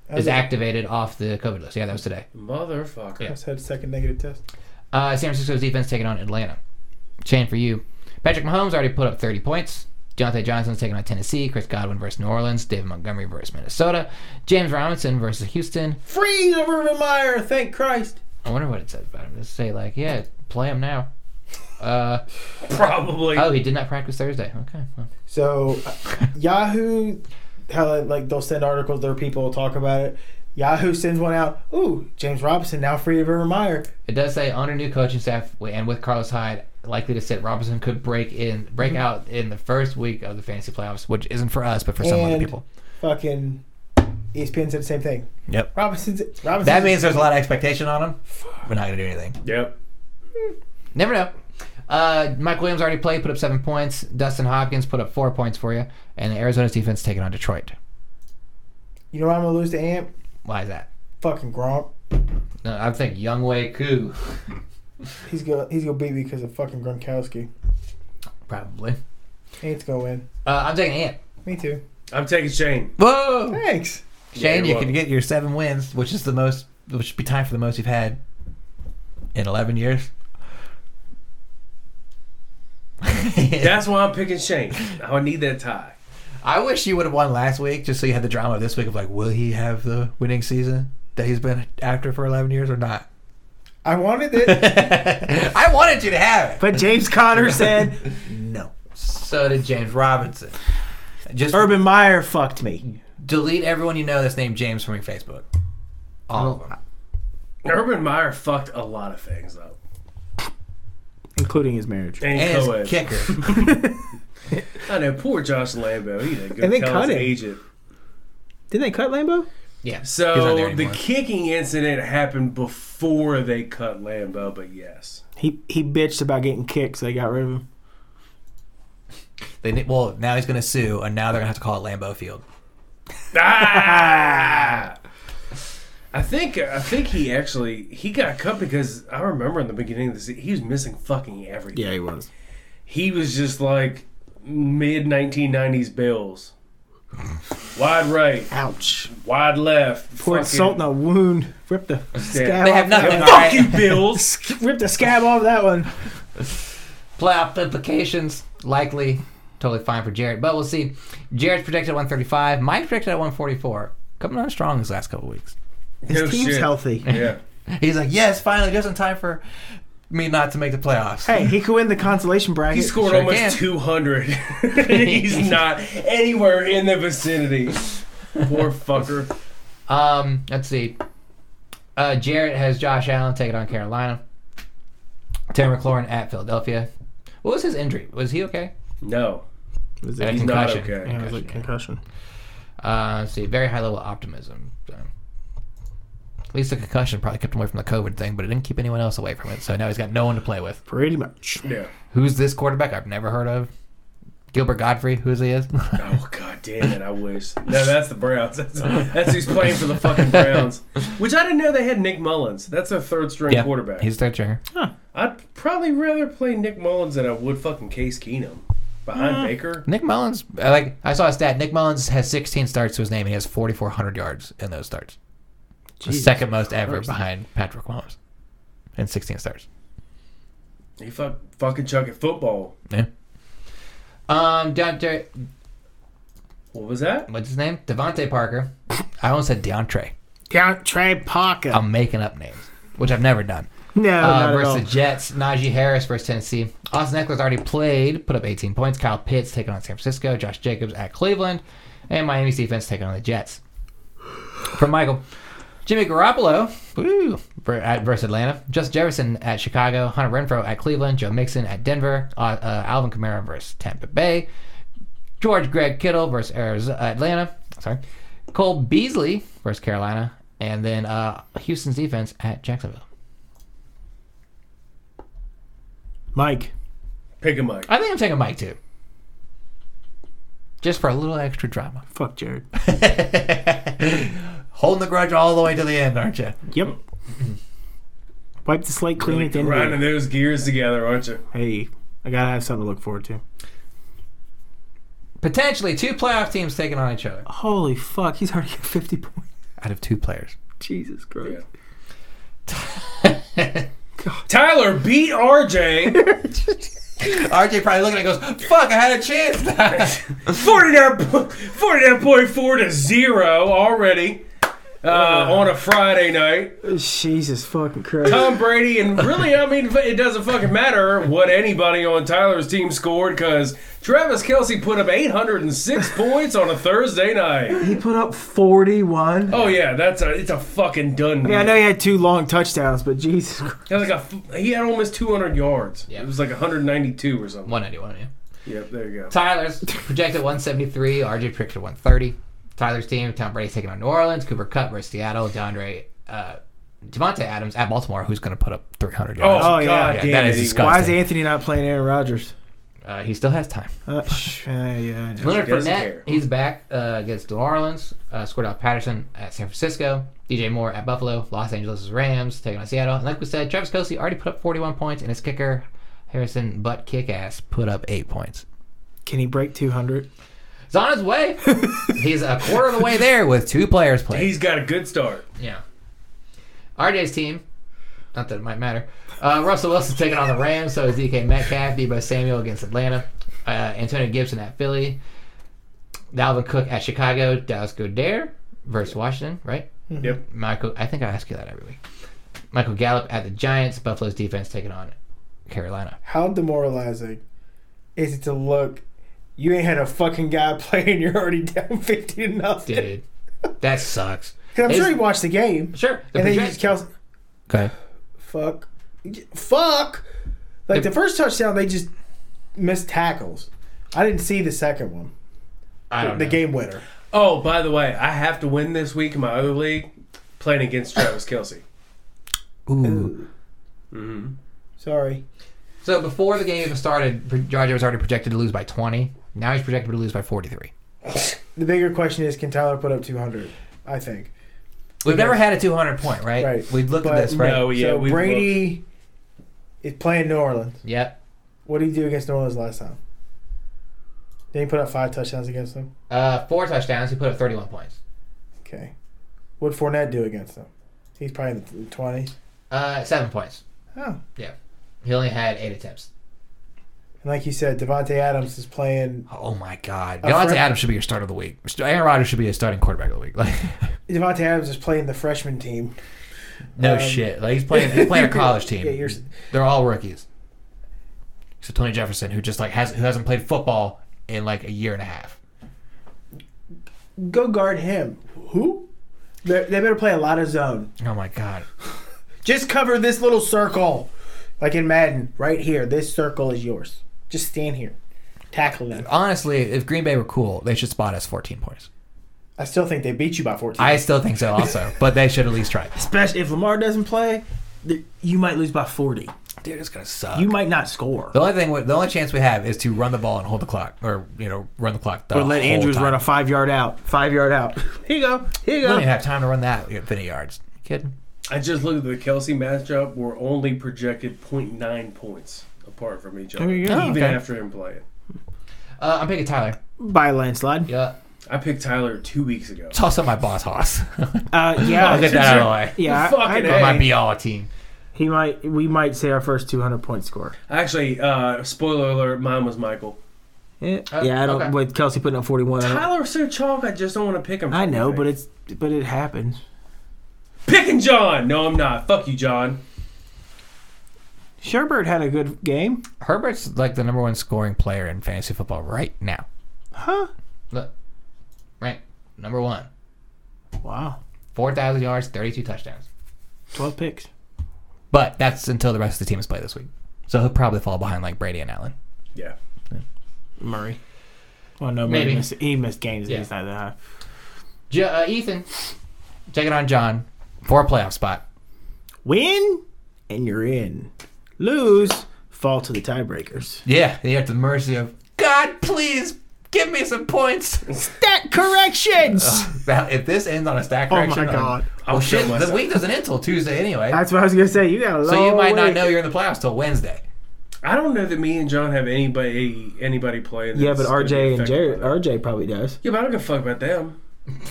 Speaker 5: I
Speaker 4: is activated off the COVID list. Yeah, that was today.
Speaker 1: Motherfucker.
Speaker 5: just had a second negative test.
Speaker 4: Uh, San Francisco's defense taking on Atlanta. Shane, for you. Patrick Mahomes already put up 30 points. Deontay Johnson's taking on Tennessee. Chris Godwin versus New Orleans. David Montgomery versus Minnesota. James Robinson versus Houston.
Speaker 5: Freeze over Meyer, thank Christ.
Speaker 4: I wonder what it says about him. Just say, like, yeah, play him now. Uh,
Speaker 1: Probably.
Speaker 4: oh, he did not practice Thursday. Okay. Well,
Speaker 5: So uh, Yahoo, how they- like they'll send articles. Their people will talk about it. Yahoo sends one out. Ooh, James Robinson now free of Urban Meyer.
Speaker 4: it does say under new coaching staff and with Carlos Hyde likely to sit, Robinson could break in, break
Speaker 8: Mm-hmm.
Speaker 4: out in the first week of the fantasy playoffs, which isn't for us, but for some other
Speaker 5: And-
Speaker 4: people.
Speaker 5: Fucking E ESPN said the same thing.
Speaker 8: Yep.
Speaker 5: Robinson's Robinson.
Speaker 8: That means there's a lot of expectation on him. We're not gonna do anything.
Speaker 1: Yep.
Speaker 4: Never know. Uh, Mike Williams already played, put up seven points. Dustin Hopkins put up four points for you, and Arizona's defense taking on Detroit.
Speaker 5: you know why I'm gonna lose to Amp.
Speaker 4: Why is that?
Speaker 5: Fucking Gronk.
Speaker 4: No, I think Young Wei Koo
Speaker 5: He's gonna he's gonna beat me because of fucking Gronkowski.
Speaker 4: probably.
Speaker 5: Ant's gonna win.
Speaker 4: Uh, I'm taking Ant.
Speaker 5: Me too.
Speaker 1: I'm taking Shane.
Speaker 8: Whoa!
Speaker 5: Thanks.
Speaker 8: Shane,
Speaker 1: you're
Speaker 8: you
Speaker 1: welcome.
Speaker 8: can get your seven wins, which is the most, which should be tied for the most you've had in 11 years.
Speaker 1: That's why I'm picking Shane. I need that tie.
Speaker 8: I wish you would have won last week, just so you had the drama of this week of like, will he have the winning season that he's been after for 11 years or not?
Speaker 5: I wanted it.
Speaker 8: I wanted you to have it.
Speaker 2: But James Conner said
Speaker 8: No.
Speaker 4: So did James.
Speaker 8: James Robinson. Just
Speaker 2: Urban Meyer fucked me.
Speaker 8: delete everyone you know that's named James from your Facebook. All of them.
Speaker 1: Urban Meyer fucked a lot of things up.
Speaker 2: Including his marriage.
Speaker 1: And,
Speaker 8: And
Speaker 1: co-ed.
Speaker 8: his kicker.
Speaker 1: I know, poor Josh Lambo. He didn't
Speaker 2: And they
Speaker 1: tell
Speaker 2: cut
Speaker 1: his
Speaker 2: him.
Speaker 1: agent.
Speaker 2: Didn't they cut Lambo?
Speaker 4: Yeah.
Speaker 8: He's not there
Speaker 1: So the
Speaker 8: anymore.
Speaker 1: kicking incident happened before they cut Lambo, but yes.
Speaker 2: He he bitched about getting kicked, so they got rid of him.
Speaker 8: they need, well, now he's going to sue, and now they're going to have to call it Lambeau Field.
Speaker 1: Ah! I think I think he actually he got cut because I remember in the beginning of the season he was missing fucking everything.
Speaker 2: he was.
Speaker 1: He was just like mid 1990s Bills. Wide right,
Speaker 2: Ouch.
Speaker 1: wide left.
Speaker 2: Poured
Speaker 1: fucking-
Speaker 2: salt in a wound. Ripped the scab.
Speaker 8: They have
Speaker 2: off
Speaker 8: nothing.
Speaker 2: that-
Speaker 8: all
Speaker 1: Fuck
Speaker 8: right?
Speaker 1: you, Bills.
Speaker 2: Ripped the scab off that one.
Speaker 4: Playoff implications likely totally fine for Jared, but we'll see. Jared's projected at 135. Mike's projected at 144. Coming on strong these last couple weeks.
Speaker 2: His
Speaker 4: Oh,
Speaker 1: No
Speaker 2: team's
Speaker 1: shit.
Speaker 2: healthy.
Speaker 1: Yeah.
Speaker 8: He's like, yes, finally, just in time for me not to make the playoffs.
Speaker 2: Hey, he could win the consolation bracket.
Speaker 1: He scored
Speaker 4: Sure
Speaker 1: almost
Speaker 4: can.
Speaker 1: 200. He's not anywhere in the vicinity. Poor fucker.
Speaker 4: Um, let's see. Uh, Jarrett has Josh Allen taking on Carolina. Terry McLaurin at Philadelphia. What was his injury? Was he okay?
Speaker 1: No,
Speaker 2: Was
Speaker 4: Yeah,
Speaker 2: it-
Speaker 1: he's not
Speaker 4: concussion.
Speaker 1: okay.
Speaker 2: yeah, it was like concussion.
Speaker 4: Uh, let's see. Very high level optimism. So. At least the concussion probably kept him away from the COVID thing, but it didn't keep anyone else away from it. So now he's got no one to play with.
Speaker 2: Pretty much.
Speaker 1: Yeah.
Speaker 4: Who's this quarterback I've never heard of? Gilbert Godfrey, who is he is.
Speaker 1: Oh god damn it! I wish. No, that's the Browns. That's, that's who's playing for the fucking Browns. Which I didn't know they had Nick Mullins. That's their third string
Speaker 4: Yeah,
Speaker 1: quarterback.
Speaker 4: He's third stringer.
Speaker 1: I'd probably rather play Nick Mullins than I would fucking Case Keenum behind
Speaker 4: Uh.
Speaker 1: Baker.
Speaker 4: Nick Mullins, I like I saw a stat. Nick Mullins has 16 starts to his name, and he has 4,400 yards in those starts. the second most ever behind Patrick Mahomes, and 16 starts.
Speaker 1: He fuck, fucking chuck at football.
Speaker 4: Yeah. Um, Deontre,
Speaker 1: What was that?
Speaker 4: what's his name? Devontae Parker. I almost said Deontre.
Speaker 2: Count Trey Parker.
Speaker 4: I'm making up names, which I've never done.
Speaker 2: no,
Speaker 4: Uh,
Speaker 2: not at
Speaker 4: versus
Speaker 2: all.
Speaker 4: the Jets, Najee Harris versus Tennessee. Austin Eckler's already played, put up 18 points. Kyle Pitts taking on San Francisco. Josh Jacobs at Cleveland, and Miami's defense taking on the Jets. From Michael, Jimmy Garoppolo woo, ver- at versus Atlanta. Justin Jefferson at Chicago. Hunter Renfro at Cleveland. Joe Mixon at Denver. Uh, uh, Alvin Kamara versus Tampa Bay. George Greg Kittle versus Arizona, Atlanta. Sorry, Cole Beasley versus Carolina, and then uh, Houston's defense at Jacksonville.
Speaker 2: Mike.
Speaker 1: Pick a mic.
Speaker 4: I think I'm taking Mike too. Just for a little extra drama.
Speaker 2: Fuck Jared.
Speaker 8: Holding the grudge all the way to the end, aren't you?
Speaker 2: Yep. Wipe the slate clean at the end. Of the
Speaker 1: Grinding those gears together, aren't you?
Speaker 2: year. hey, I gotta have something to look forward to.
Speaker 4: Potentially two playoff teams taking on each other
Speaker 2: Holy fuck, he's already got 50 points.
Speaker 4: out of two players.
Speaker 2: Jesus Christ.
Speaker 1: Yeah. Tyler beat RJ.
Speaker 8: RJ probably looking at it and goes, fuck, I had a chance.
Speaker 1: 49, po- 49.4 to 0 already uh, on a Friday night.
Speaker 2: Jesus fucking Christ.
Speaker 1: Tom Brady, and really, I mean, it doesn't fucking matter what anybody on Tyler's team scored because Travis Kelsey put up 806 points on a Thursday night.
Speaker 2: He put up 41.
Speaker 1: Oh yeah, that's a it's a fucking done.
Speaker 2: Yeah, I
Speaker 1: deal.
Speaker 2: know he had two long touchdowns, but Jesus.
Speaker 1: He had, like a f- he had almost 200 yards.
Speaker 4: Yeah.
Speaker 1: It was like 192 or something.
Speaker 4: 191, yeah.
Speaker 1: Yep, there you go.
Speaker 4: Tyler's projected 173. RJ projected 130. Tyler's team, Tom Brady's taking on New Orleans. Cooper Cup versus Seattle. DeAndre, uh, Devontae Adams at Baltimore, who's going to put up 300 yards.
Speaker 1: Oh,
Speaker 2: Oh, yeah.
Speaker 1: god
Speaker 2: Yeah,
Speaker 1: damn
Speaker 4: that
Speaker 1: it,
Speaker 4: is
Speaker 1: he-
Speaker 4: disgusting.
Speaker 2: Why is Anthony not playing Aaron Rodgers?
Speaker 4: Uh, he still has time.
Speaker 2: Uh, sh- uh, yeah, I know.
Speaker 4: Leonard
Speaker 1: doesn't
Speaker 4: Fournette,
Speaker 1: care.
Speaker 4: he's back uh, against New Orleans. Uh, scored out Patterson at San Francisco. DJ Moore at Buffalo. Los Angeles Rams taking on Seattle. And like we said, Travis Kelsey already put up 41 points, and his kicker, Harrison Butt Kickass, put up eight points.
Speaker 2: Can he break 200?
Speaker 4: He's on his way. he's a quarter of the way there with two players playing.
Speaker 1: He's got a good start.
Speaker 4: Yeah. RJ's team, not that it might matter. Uh, Russell Wilson taking on the Rams, so is DK Metcalf, Debo Samuel against Atlanta, uh, Antonio Gibson at Philly, Dalvin Cook at Chicago, Dallas Goddard versus Washington, right?
Speaker 1: Yep.
Speaker 4: Michael, I think I ask you that every week. Michael Gallup at the Giants, Buffalo's defense taking on Carolina.
Speaker 5: How demoralizing is it to look? You ain't had a fucking guy play and you're already down 50 to nothing.
Speaker 4: Dude, that sucks.
Speaker 5: 'Cause I'm
Speaker 4: Is-
Speaker 5: sure he watched the game.
Speaker 4: Sure. The
Speaker 5: and then you
Speaker 4: project-
Speaker 5: just Kelsey.
Speaker 4: Okay.
Speaker 5: Fuck. Fuck. Like the first touchdown, they just missed tackles. I didn't see the second one.
Speaker 4: I don't
Speaker 5: The
Speaker 4: know.
Speaker 5: game winner.
Speaker 1: Oh, by the way, I have to win this week in my other league, playing against Travis Kelsey.
Speaker 4: Ooh.
Speaker 5: Sorry.
Speaker 4: So before the game even started, Jar Jar was already projected to lose by 20. Now he's projected to lose by 43.
Speaker 5: The bigger question is can Tyler put up 200? I think.
Speaker 8: We've never had a 200 point, right?
Speaker 5: Right.
Speaker 8: We've looked
Speaker 5: But
Speaker 8: at this, right?
Speaker 1: No, yeah,
Speaker 5: so
Speaker 1: we've
Speaker 5: Brady is playing New Orleans.
Speaker 4: Yep.
Speaker 5: What did he do against New Orleans last time? Did he put up five touchdowns against them?
Speaker 4: Uh, four touchdowns. He put up 31 points.
Speaker 5: Okay. What would Fournette do against them? He's probably in the twenties.
Speaker 4: Uh, seven points.
Speaker 5: Oh.
Speaker 4: Yeah. He only had eight attempts.
Speaker 5: And like you said, Devontae Adams is playing.
Speaker 8: Oh my God.
Speaker 5: A
Speaker 4: Devontae
Speaker 5: friend-
Speaker 4: Adams should be your start of the week. Aaron Rodgers should be your starting quarterback of the week. Like,
Speaker 5: Devontae Adams is playing the freshman team.
Speaker 4: no
Speaker 5: Um,
Speaker 4: shit. Like he's playing. He's playing a college team.
Speaker 5: Yeah, you're-
Speaker 4: They're all rookies. Except Tony Jefferson, who just like has who hasn't played football in like a year and a half.
Speaker 5: Go guard him. Who? They're, they better play a lot of zone.
Speaker 4: Oh my god.
Speaker 5: Just cover this little circle, like in Madden, right here. This circle is yours. Just stand here, tackle them.
Speaker 4: Honestly, if Green Bay were cool, they should spot us 14 points.
Speaker 5: I still think they beat you by fourteen.
Speaker 4: I still think so, also, but they should at least try.
Speaker 2: Especially if Lamar doesn't play, th- you might lose by 40.
Speaker 8: dude, it's gonna suck.
Speaker 2: You might not score.
Speaker 8: the only thing, we- the only chance we have is to run the ball and hold the clock, or you know, run the clock. The
Speaker 2: Or let
Speaker 8: whole
Speaker 2: Andrews
Speaker 8: time.
Speaker 2: run a five yard out. Five yard out. Here you go. Here
Speaker 8: We
Speaker 2: you
Speaker 8: don't
Speaker 2: go.
Speaker 8: even have time to run that at 50 yards. You kidding?
Speaker 1: I just looked at the Kelsey matchup. We're only projected 0.9 points apart from each other,
Speaker 2: There you go.
Speaker 1: even
Speaker 2: Oh, okay.
Speaker 1: after him playing.
Speaker 4: Uh, I'm picking Tyler.
Speaker 2: By a landslide.
Speaker 4: Yeah.
Speaker 1: I picked Tyler two weeks ago.
Speaker 8: It's also my boss Hoss.
Speaker 2: Uh,
Speaker 8: I'll
Speaker 2: yeah.
Speaker 8: get that out of the way.
Speaker 2: yeah. I-
Speaker 1: Fucking
Speaker 2: I-
Speaker 1: A.
Speaker 8: That might be all team.
Speaker 2: he might. We might say our first 200 point score.
Speaker 1: Actually, uh, spoiler alert: mine was Michael.
Speaker 2: Yeah.
Speaker 4: Uh,
Speaker 2: yeah. I don't.
Speaker 4: okay.
Speaker 2: With Kelsey putting up 41. I, don't-
Speaker 1: Tyler so chalk. I just don't want to pick him.
Speaker 2: I know, but it's but it happens.
Speaker 1: picking John. No, I'm not. Fuck you, John.
Speaker 2: Sherbert had a good game.
Speaker 8: Herbert's like the number one scoring player in fantasy football right now.
Speaker 2: Huh.
Speaker 4: Look. Right. Number one.
Speaker 2: Wow.
Speaker 4: 4,000 yards, 32 touchdowns.
Speaker 2: 12 picks.
Speaker 8: But that's until the rest of the team is played this week. So he'll probably fall behind like Brady and Allen.
Speaker 1: Yeah.
Speaker 2: Murray. Well, Oh, no, Murray
Speaker 4: Maybe.
Speaker 2: missed, he missed games.
Speaker 4: Yeah.
Speaker 2: He's not that uh, high.
Speaker 4: J- uh, Ethan.
Speaker 8: Taking on John for a playoff spot.
Speaker 2: Win and you're in. Lose, fall to the tiebreakers.
Speaker 8: Yeah, you're at the mercy of God. Please give me some points.
Speaker 2: Stat corrections.
Speaker 8: That- if this ends on a stack
Speaker 2: Oh my
Speaker 8: correction, I'm-
Speaker 2: God.
Speaker 8: well, shit,
Speaker 1: kill
Speaker 8: the
Speaker 1: myself.
Speaker 8: week doesn't end till Tuesday anyway.
Speaker 2: That's what I was gonna say. You got a
Speaker 8: so you
Speaker 2: long
Speaker 8: might
Speaker 2: way.
Speaker 8: not know you're in the playoffs till Wednesday.
Speaker 1: I don't know that me and John have anybody anybody playing.
Speaker 2: Yeah, but
Speaker 1: that's gonna be
Speaker 2: RJ and
Speaker 1: affected
Speaker 2: Jared,
Speaker 1: by that.
Speaker 2: RJ probably does.
Speaker 1: Yeah, but I don't give a fuck about them.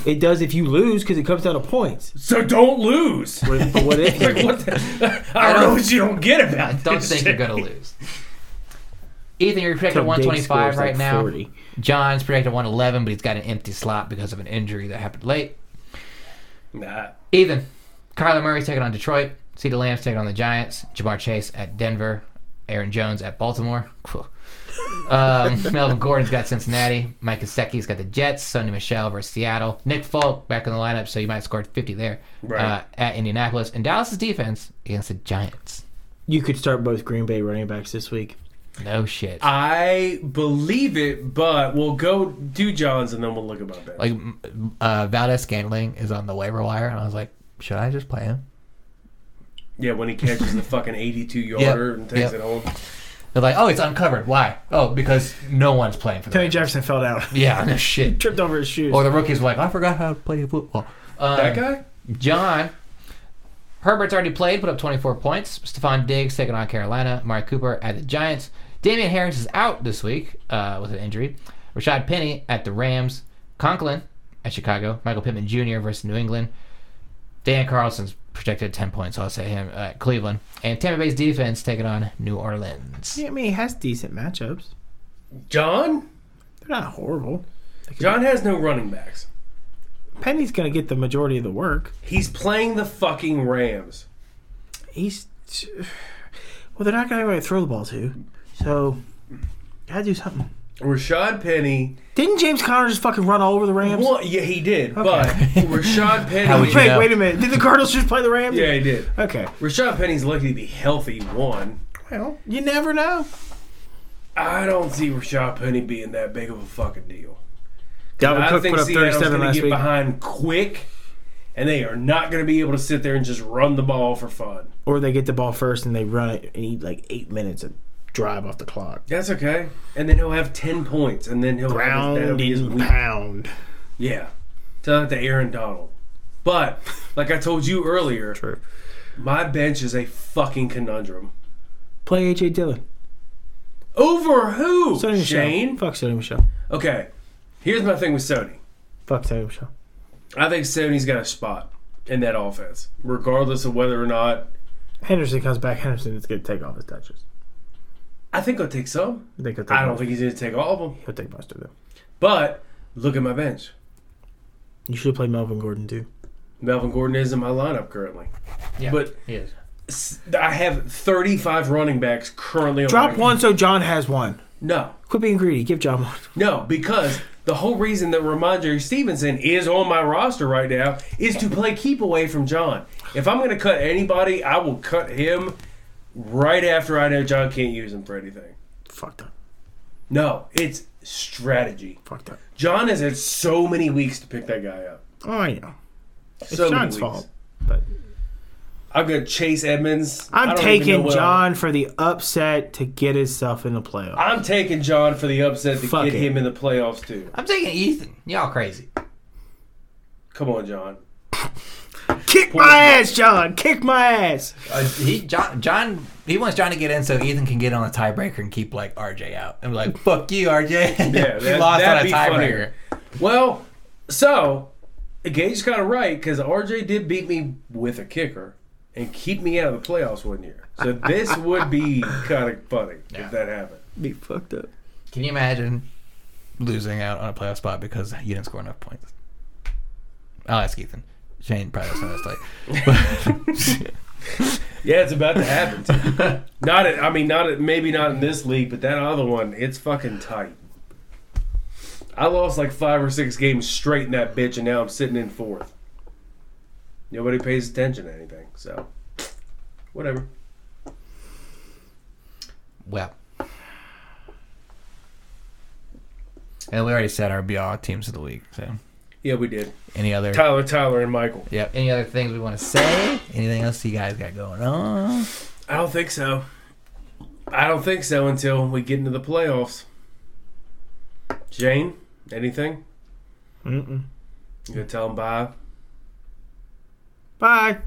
Speaker 2: It does if you lose because it comes down to points.
Speaker 1: So don't lose.
Speaker 2: But if- but what if?
Speaker 1: like what? The, I don't know what you don't get about.
Speaker 4: I don't
Speaker 1: this
Speaker 4: think
Speaker 1: shit.
Speaker 4: you're going to lose. Ethan, you're
Speaker 2: Dave
Speaker 4: projected 125
Speaker 2: scores
Speaker 4: right
Speaker 2: like
Speaker 4: now.
Speaker 2: 40.
Speaker 4: John's projected 111, but he's got an empty slot because of an injury that happened late.
Speaker 1: Nah.
Speaker 4: Ethan, Kyler Murray's taking on Detroit. CeeDee Lamb's taking on the Giants. Jamar Chase at Denver. Aaron Jones at Baltimore. Cool. Um, Melvin Gordon's got Cincinnati. Mike Gesicki's got the Jets. Sonny Michelle versus Seattle. Nick Folk back in the lineup, so you might score 50 there
Speaker 1: Right.
Speaker 4: uh, at Indianapolis. And Dallas's defense against the Giants.
Speaker 2: You could start both Green Bay running backs this week.
Speaker 4: No shit.
Speaker 1: I believe it, but we'll go do John's and then we'll look about that.
Speaker 8: Like m- uh, Valdez Scantling is on the waiver wire, and I was like, should I just play him?
Speaker 1: yeah, when he catches the fucking 82 yarder and takes
Speaker 8: yep.
Speaker 1: it home.
Speaker 8: They're like, oh, it's uncovered. Why? Oh, because no one's playing for the
Speaker 2: Tony
Speaker 8: Ravens.
Speaker 2: Jefferson fell down,
Speaker 8: Yeah, no shit.
Speaker 2: tripped over his shoes.
Speaker 8: Or the rookies were like, I forgot how to play football.
Speaker 4: Um,
Speaker 1: That guy?
Speaker 4: John. Herbert's already played, put up 24 points. Stephon Diggs taking on Carolina. Amari Cooper at the Giants. Damian Harris is out this week uh, with an injury. Rashad Penny at the Rams. Conklin at Chicago. Michael Pittman Jr. versus New England. Dan Carlson's projected 10 points, so I'll say him at Cleveland. And Tampa Bay's defense taking on New Orleans.
Speaker 2: Yeah, I mean, he has decent matchups.
Speaker 1: John?
Speaker 2: They're not horrible.
Speaker 1: John has no running backs.
Speaker 2: Penny's gonna get the majority of the work.
Speaker 1: He's playing the fucking Rams.
Speaker 2: He's well, they're not gonna have anybody to throw the ball to, so gotta do something.
Speaker 1: Rashad Penny.
Speaker 2: Didn't James Conner just fucking run all over the Rams?
Speaker 1: Well, yeah, he did, but Rashad Penny.
Speaker 8: would you
Speaker 2: Wait,
Speaker 8: know?
Speaker 2: wait a minute. Did the Cardinals just play the Rams?
Speaker 1: yeah, he did.
Speaker 2: Okay.
Speaker 1: Rashad Penny's lucky to be healthy, one.
Speaker 2: Well, you never know.
Speaker 1: I don't see Rashad Penny being that big of a fucking deal.
Speaker 2: Dalvin
Speaker 1: I
Speaker 2: Cook
Speaker 1: think
Speaker 2: put up
Speaker 1: Seattle's
Speaker 2: 37
Speaker 1: gonna
Speaker 2: last
Speaker 1: get
Speaker 2: week.
Speaker 1: behind quick, and they are not going to be able to sit there and just run the ball for fun.
Speaker 2: Or they get the ball first and they run it and eat like eight minutes of drive off the clock.
Speaker 1: That's okay. And then he'll have 10 points, and then he'll have his- that'll
Speaker 2: Ground
Speaker 1: be his
Speaker 2: and
Speaker 1: week.
Speaker 2: pound.
Speaker 1: Yeah. Tell that to Aaron Donald. But, like I told you earlier,
Speaker 2: True.
Speaker 1: my bench is a fucking conundrum.
Speaker 2: Play A.J. Dillon.
Speaker 1: Over who,
Speaker 2: Sony Michelle.
Speaker 1: Shane?
Speaker 2: Fuck Sony Michelle.
Speaker 1: Okay. Here's my thing with Sony.
Speaker 2: Fuck Sony Michelle.
Speaker 1: I think Sony's got a spot in that offense, regardless of whether or not.
Speaker 2: Henderson comes back. Henderson is going to take off his touches.
Speaker 1: I think he'll take some.
Speaker 2: I think he'll take
Speaker 1: I don't
Speaker 2: most-
Speaker 1: think he's going to take all of them.
Speaker 2: he'll take most of them.
Speaker 1: But look at my bench.
Speaker 2: You should play Melvin Gordon too.
Speaker 1: Melvin Gordon is in my lineup currently.
Speaker 4: Yeah,
Speaker 1: But
Speaker 4: he is.
Speaker 1: s- I have 35 running backs currently. on
Speaker 2: Drop
Speaker 1: my-
Speaker 2: one so John has one.
Speaker 1: No,
Speaker 2: Quit being greedy. Give John one.
Speaker 1: no, because the whole reason that Ramondre Stevenson is on my roster right now is to play keep away from John. If I'm going to cut anybody, I will cut him right after I know John can't use him for anything.
Speaker 2: Fucked up.
Speaker 1: No, it's strategy.
Speaker 2: Fucked up.
Speaker 1: John has had so many weeks to pick that guy up.
Speaker 2: Oh, I know. It's
Speaker 1: so many
Speaker 2: John's
Speaker 1: weeks.
Speaker 2: fault. But
Speaker 1: I'm going to chase Edmonds. I
Speaker 2: I'm
Speaker 1: don't even know
Speaker 2: taking
Speaker 1: what
Speaker 2: John for the upset to get himself in the playoffs.
Speaker 1: I'm, I'm taking John for the upset to
Speaker 2: Fuck
Speaker 1: get
Speaker 2: it.
Speaker 1: him in the playoffs too.
Speaker 4: I'm taking Ethan. Y'all crazy.
Speaker 1: Come on, John.
Speaker 2: Kick my ass, John. Kick my ass.
Speaker 4: Uh, he John, John he wants John to get in so Ethan can get on a tiebreaker and keep like RJ out and be like fuck you RJ.
Speaker 1: Yeah,
Speaker 4: he
Speaker 1: that-
Speaker 4: lost on
Speaker 1: that'd
Speaker 4: a
Speaker 1: be
Speaker 4: tiebreaker.
Speaker 1: funnier. Well, so Gage got it right because RJ did beat me with a kicker and keep me out of the playoffs one year. So this would be kind of funny if that happened.
Speaker 2: Be fucked up.
Speaker 4: Can you imagine losing out on a playoff spot because you didn't score enough points? I'll ask Ethan. Shane probably doesn't know this type.
Speaker 1: Yeah, it's about to happen. too. not, at, I mean, not at, maybe not in this league, but that other one, it's fucking tight. I lost like five or six games straight in that bitch, and now I'm sitting in fourth. Nobody pays attention to anything, so whatever.
Speaker 4: well. And we already said our BR teams of the league. So
Speaker 1: Yeah, we did.
Speaker 4: any other
Speaker 1: Tyler, Tyler, and Michael.
Speaker 4: Yep. Any other things we want to say? Anything else you guys got going on?
Speaker 1: I don't think so. I don't think so until we get into the playoffs. Jane, anything?
Speaker 2: Mm-mm.
Speaker 1: You gonna tell him bye?
Speaker 2: Bye.